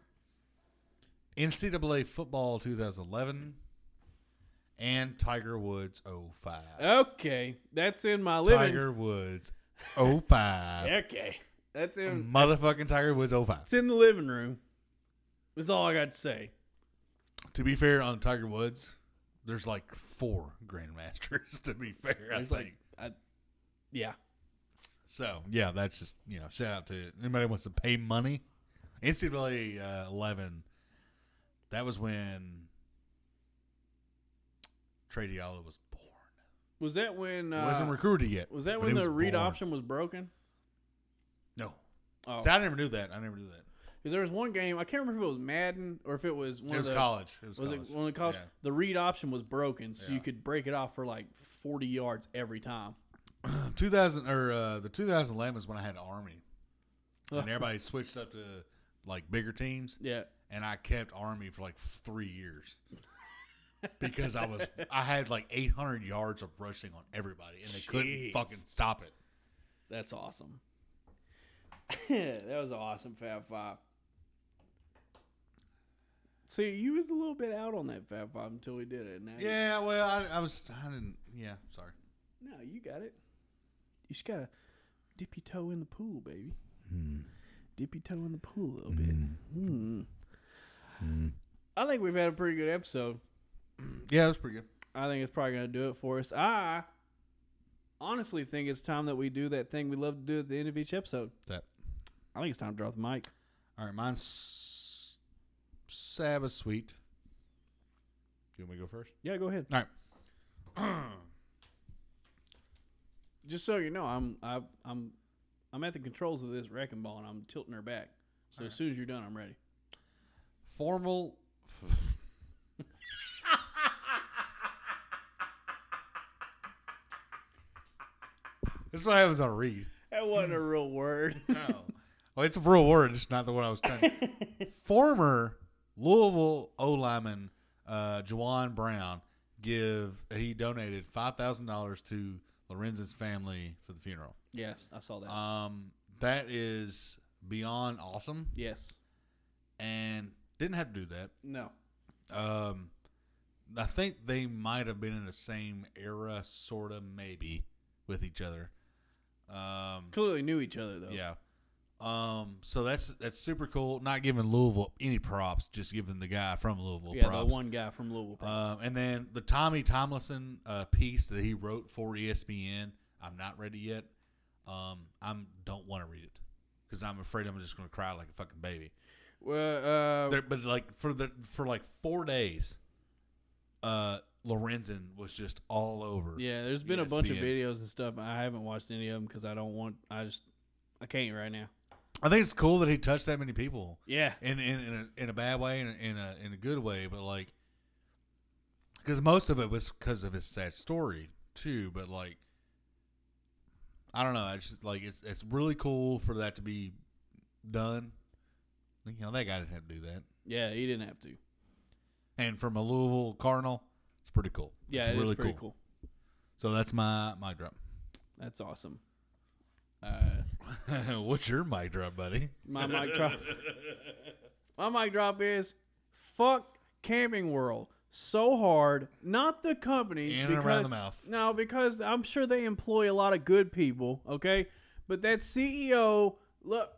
B: NCAA football 2011 and Tiger Woods 05.
A: Okay, that's in my living.
B: Tiger Woods 05.
A: Okay, that's
B: Mm-hmm.
A: in.
B: Motherfucking Tiger Woods 05.
A: It's in the living room. That's all I got to say.
B: To be fair, on Tiger Woods, there's like four grandmasters. To be fair, I
A: There's
B: think.
A: like, I, yeah,
B: So yeah, that's just you know shout out to anybody who wants to pay money. NCAA uh, eleven. That was when Trey Diallo was born.
A: was that when?
B: He
A: Uh,
B: wasn't recruited yet.
A: was that
B: but
A: when
B: he
A: the read
B: born.
A: option was broken?
B: No,
A: Oh,
B: See, I never knew that. I never knew that.
A: because there was one game I can't remember if it was Madden or if it was one
B: it
A: of
B: was
A: the
B: college. It was,
A: was
B: college.
A: it one of the college. The read option was broken, so you
B: Yeah.
A: could break it off for like forty yards every time.
B: Yeah. 2000 or uh, the 2011 is when I had Army, and everybody switched up to like bigger teams.
A: Yeah,
B: and I kept Army for like three years because I was I had like 800 yards of rushing on everybody, and they couldn't
A: Jeez.
B: fucking stop it.
A: that's awesome. that was an awesome Fab Five. See, you was a little bit out on that Fab Five until we did it. and Now you-
B: Yeah, well, I, I was I didn't. Yeah, sorry.
A: No, you got it. You just gotta dip your toe in the pool, baby. Dip your toe in the pool a little bit. Mm. I think we've had a pretty good episode.
B: Yeah, it was pretty good.
A: I think it's probably gonna do it for us. I honestly think it's time that we do that thing we love to do at the end of each episode.
B: That.
A: I think it's time to drop the mic.
B: All right, mine's Sabbath Sweet. You want me to go first?
A: Yeah, go ahead.
B: All right.
A: Just so you know, I'm I, I'm I'm at the controls of this wrecking ball and I'm tilting her back. So as soon as you're done, I'm ready.
B: Formal. this is what happens on read.
A: That wasn't a real word.
B: Oh. Well, it's a real word, it's not the one I was trying. Former Louisville O lineman uh, Juwan Brown give he donated five thousand dollars to Lorenzen's family for the funeral.
A: yes, I saw that.
B: Um, that is beyond awesome,
A: yes.
B: and didn't have to do that.
A: No.
B: Um, I think they might have been in the same era, sort of, maybe, with each other. Um,
A: Clearly knew each other though.
B: yeah. Um, so that's that's super cool. Not giving Louisville any props, just giving the guy from Louisville
A: yeah,
B: props.
A: the one guy from Louisville.
B: Um, and then the Tommy Tomlinson uh, piece that he wrote for E ESPN. I'm not ready yet. Um, I'm don't want to read it because I'm afraid I'm just going to cry like a fucking baby.
A: well, uh,
B: There, but like for the for like four days, uh, Lorenzen was just all over.
A: yeah, there's
B: E
A: been a bunch of
B: ESPN.
A: videos and stuff. I haven't watched any of them because I don't want. I just I can't right now.
B: I think it's cool that he touched that many people.
A: Yeah,
B: in in in a, in a bad way and in a in a good way, but like because most of it was because of his sad story too. But like, I don't know. I just like it's it's really cool for that to be done. You know, that guy didn't have to do that.
A: yeah, he didn't have to.
B: And from a Louisville Cardinal, it's pretty cool.
A: Yeah,
B: it's
A: it is pretty cool.
B: So that's my my drop.
A: That's awesome. Uh,
B: What's your mic drop, buddy?
A: my mic drop. My mic drop is fuck Camping World so hard. Not the company
B: In and
A: because
B: around the mouth.
A: no, because I'm sure they employ a lot of good people. Okay, but that CEO look,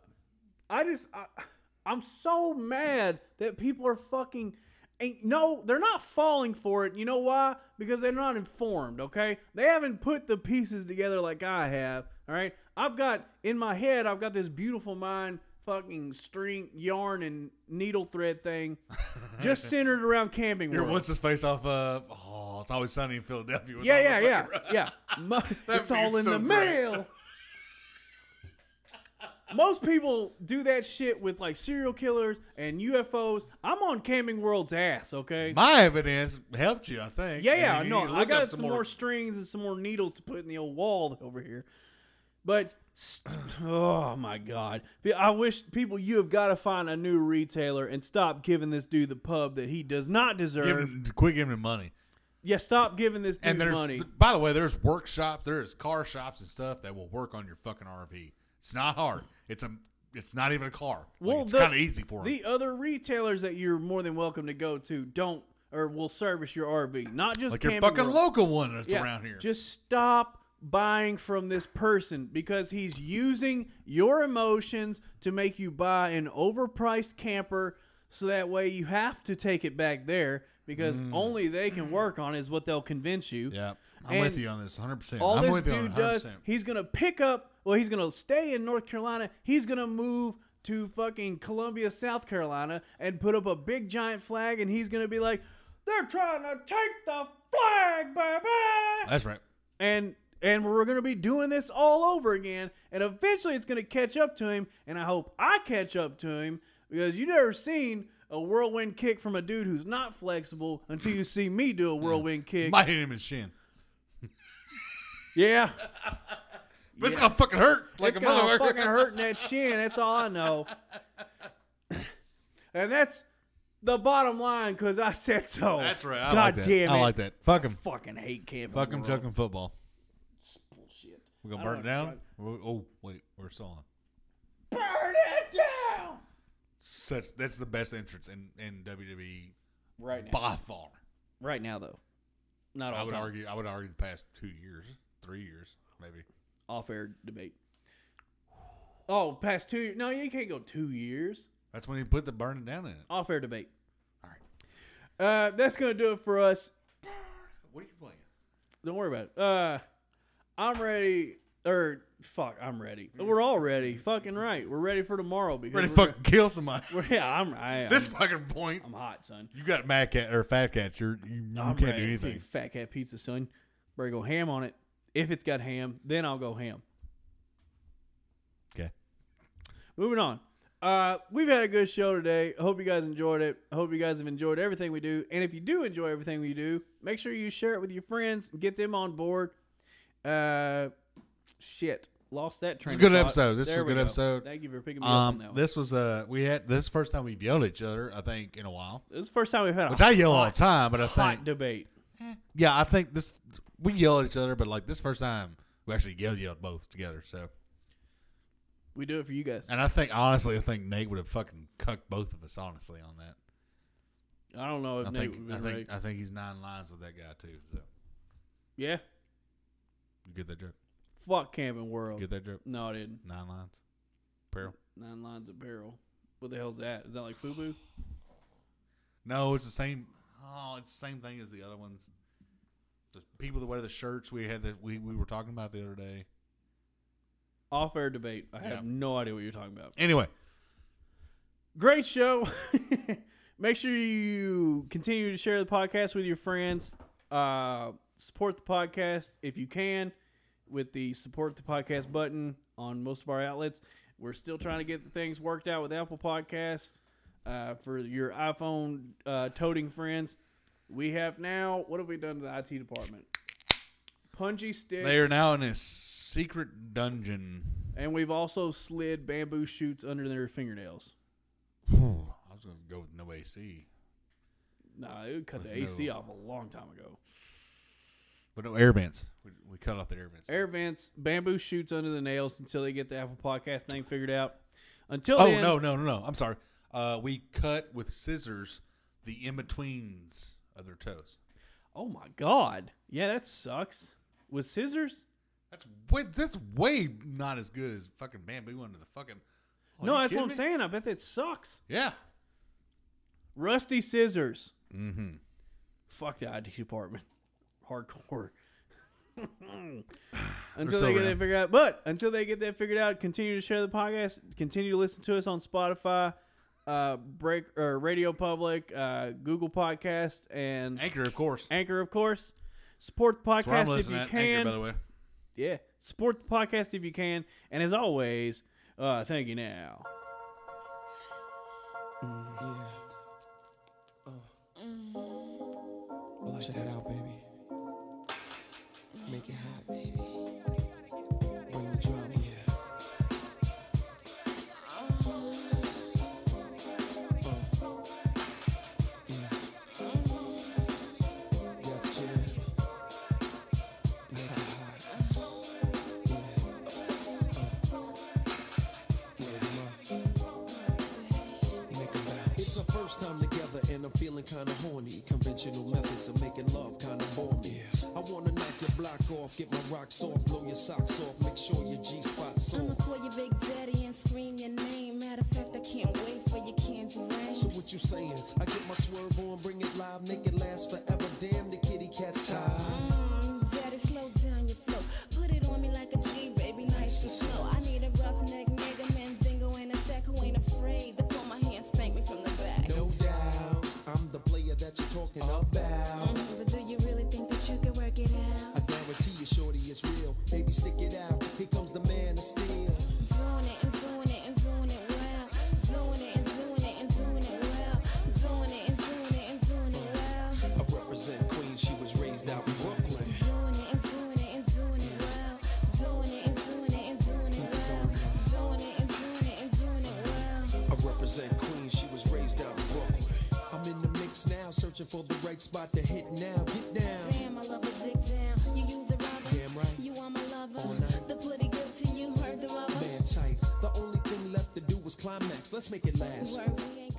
A: I just I, I'm so mad that people are fucking. Ain't, no, they're not falling for it. You know why? Because they're not informed. Okay, they haven't put the pieces together like I have. All right, I've got in my head, I've got this beautiful mind fucking string yarn and needle thread thing just centered around camping
B: Here,
A: world.
B: what's his face off of? Oh, it's always sunny in Philadelphia. with
A: Yeah,
B: all
A: yeah,
B: the
A: yeah,
B: fucking-
A: yeah. Mo- it's
B: would be
A: all in
B: so
A: the
B: great.
A: mail. Most people do that shit with like serial killers and UFOs. I'm on Camping World's ass, okay?
B: My evidence helped you, I think.
A: yeah,
B: And
A: yeah,
B: you need
A: no,
B: to
A: I
B: look
A: got
B: up
A: some, more strings and some more needles to put in the old wall over here. But st- oh my god, I wish people you have got to find a new retailer and stop giving this dude the pub that he does not deserve.
B: Give him, quit giving him money.
A: yeah, stop giving this dude
B: And there's,
A: money.
B: by the way, there's workshops, there's car shops and stuff that will work on your fucking RV. It's not hard. It's a, it's not even a car. Like,
A: Well,
B: it's
A: the-
B: kind of easy for them.
A: The other retailers that you're more than welcome to go to don't or will service your RV, not just
B: Like your
A: Camping
B: fucking
A: World.
B: local one that's
A: Yeah,
B: around here.
A: Just stop buying from this person because he's using your emotions to make you buy an overpriced camper, so that way you have to take it back there because only they can work on it is what they'll convince you.
B: Mm. yeah, I'm
A: and
B: with you on this 100. percent
A: All
B: I'm
A: this
B: with you on
A: dude
B: 100.
A: does,
B: percent
A: he's gonna pick up. Well, he's gonna stay in North Carolina. He's gonna move to fucking Columbia, South Carolina, and put up a big giant flag. And he's gonna be like, "They're trying to take the flag, baby!"
B: That's right.
A: And and we're gonna be doing this all over again. And eventually, it's gonna catch up to him. And I hope I catch up to him because you never seen. A whirlwind kick from a dude who's not flexible until you see me do a whirlwind kick.
B: Might hit him in his shin,
A: Yeah.
B: but it's gonna fucking hurt like
A: it's
B: a motherfucker.
A: gonna fucking hurt in that shin. That's all I know. and that's the bottom line because I said so.
B: That's right. I
A: God
B: like that.
A: damn it.
B: I like that. Fuck him.
A: Fucking hate camping.
B: Fuck him.
A: world.
B: Chuck him football.
A: Bullshit.
B: We're gonna
A: I don't
B: burn it
A: like
B: down. Or- Oh wait, we're still on.
A: Burn it down
B: Such that's the best entrance in in WWE
A: right now.
B: by far.
A: Right now, though, not
B: I
A: all
B: would
A: time.
B: argue. I would argue the past two years, three years, maybe.
A: Off-air debate. Oh, past two. years. No, you can't go two years.
B: That's when he put the burning down in it.
A: Off-air debate.
B: All right.
A: Uh, that's gonna do it for us.
B: What are you playing?
A: Don't worry about it. Uh, I'm ready. Or fuck, I'm ready. We're all ready. Fucking right. We're ready for tomorrow
B: Mm.
A: because
B: Ready to
A: we're,
B: fucking kill somebody.
A: we're- yeah, I'm. I, am.
B: This fucking point.
A: I'm hot, son.
B: You got mad cat or fat cat. You're, you you
A: I'm
B: can't do
A: ready to
B: anything.
A: eat Fat cat pizza, son. Better go ham on it. If it's got ham, then I'll go ham.
B: Okay.
A: Moving on. Uh, we've had a good show today. Hope you guys enjoyed it. Hope you guys have enjoyed everything we do. And if you do enjoy everything we do, make sure you share it with your friends. and Get them on board. Uh, shit, lost that
B: a
A: train. of
B: good
A: thought.
B: episode. This was a
A: There we
B: good
A: go.
B: episode.
A: Thank you for picking me up on
B: Um,
A: that. This,
B: this was uh, we had this is the first time we've yelled at each other. I think in a while,
A: this is the first time we've had
B: which
A: a
B: I yell all the time, but I
A: hot
B: think eh,
A: debate.
B: Yeah, I think this we yell at each other, but like this first time we actually yelled yelled both together. So,
A: We do it for you guys.
B: and I think honestly, I think Nate would have fucking cucked both of us honestly on that.
A: I don't know if
B: I
A: Nate
B: think
A: would
B: I think
A: have been
B: I
A: ready.
B: think he's nine lines with that guy too. So
A: Yeah,
B: you get that joke?
A: fuck camping world.
B: Get that joke?
A: No, I didn't.
B: Nine lines. Apparel?
A: Nine lines of barrel. What the hell's that? Is that like FUBU?
B: No, it's the same. Oh, it's the same thing as the other ones. The people that wear the shirts we had that we, we were talking about the other day.
A: Off air debate. I have
B: Yeah.
A: no idea what you're talking about.
B: Anyway,
A: great show. Make sure you continue to share the podcast with your friends. Uh, support the podcast if you can with the support the podcast button on most of our outlets. We're still trying to get the things worked out with Apple Podcast uh, for your iPhone uh, toting friends. We have now. What have we done to the IT department? Punji sticks.
B: they are now in a secret dungeon.
A: and we've also slid bamboo shoots under their fingernails.
B: I was gonna go with no AC.
A: Nah, it would cut the
B: no-
A: AC off a long time ago.
B: But no air vents. We, we cut off the air vents.
A: Air vents, bamboo shoots under the nails until they get the Apple Podcast thing figured out. Until
B: oh
A: then,
B: no no no no! I'm sorry. Uh, we cut with scissors the in betweens of their toes.
A: oh my god, yeah, that sucks. With scissors?
B: That's way that's way not as good as fucking bamboo under the fucking. Oh,
A: no,
B: you
A: that's
B: kidding
A: what I'm
B: me?
A: saying. I bet that sucks.
B: Yeah.
A: Rusty scissors.
B: Mm-hmm.
A: Fuck the IT department. Hardcore. until
B: so
A: they get
B: real.
A: that figured out. But until they get that figured out, continue to share the podcast. Continue to listen to us on Spotify, uh, Break or Radio Public, uh, Google Podcast, and
B: Anchor, of course.
A: Anchor, of course. Support the
B: That's where I'm
A: podcast if
B: listening
A: you
B: at.
A: can.
B: Anchor, by the way.
A: Yeah, support the podcast if you can. And as always, uh, thank you now.
C: Blush that out, baby. Make it hot, baby. Bring the drama. Uh. Yeah. Def Jam. Make it hot. Yeah. Uh. Yeah, come on. Make it loud.
D: It's our first time together and I'm feeling kinda horny. Conventional methods of making love kinda bore me. I wanna knock your block off, get my rocks off, blow your socks off, make sure your G spot's
E: I'ma
D: on.
E: call you Big Daddy and scream your name. Matter of fact, I can't wait for your candy rain.
D: So what you saying? I get my swerve on, bring it live, make it last forever. Damn the kitty cat's tired.
E: Mm, Daddy, slow down your flow. Put it on me like a G, baby, nice and slow. I need a rough neck nigga, Mandingo ain't a tech who ain't afraid to pull my hand, spank me from the back.
D: No doubt, I'm the player that you're talking about.
E: Mm, but do you really think that you can work it
D: I
E: out?
D: guarantee you, shorty, it's real. Baby, stick it out. Here comes the man of steel.
E: Doing it and doing it and doing it well. Doing it and doing it and doing it well. Doing it and doing it and doing it well.
D: I represent Queens. She was raised out in Brooklyn.
E: Doing it and doing it and doing it well. Doing it and doing it and doing it well. Doing it and doing it and doing it well.
D: I represent Queens, she was raised out in Brooklyn. I'm in the mix now, searching for the right spot to hit now. Get down.
E: Damn, I love a dick down. You use a rubber.
D: Damn right.
E: You are my lover.
D: All night.
E: The pretty good to you, heard the rubber.
D: Man tight. The only thing left to do was climax. Let's make it last.
E: Word, we ain't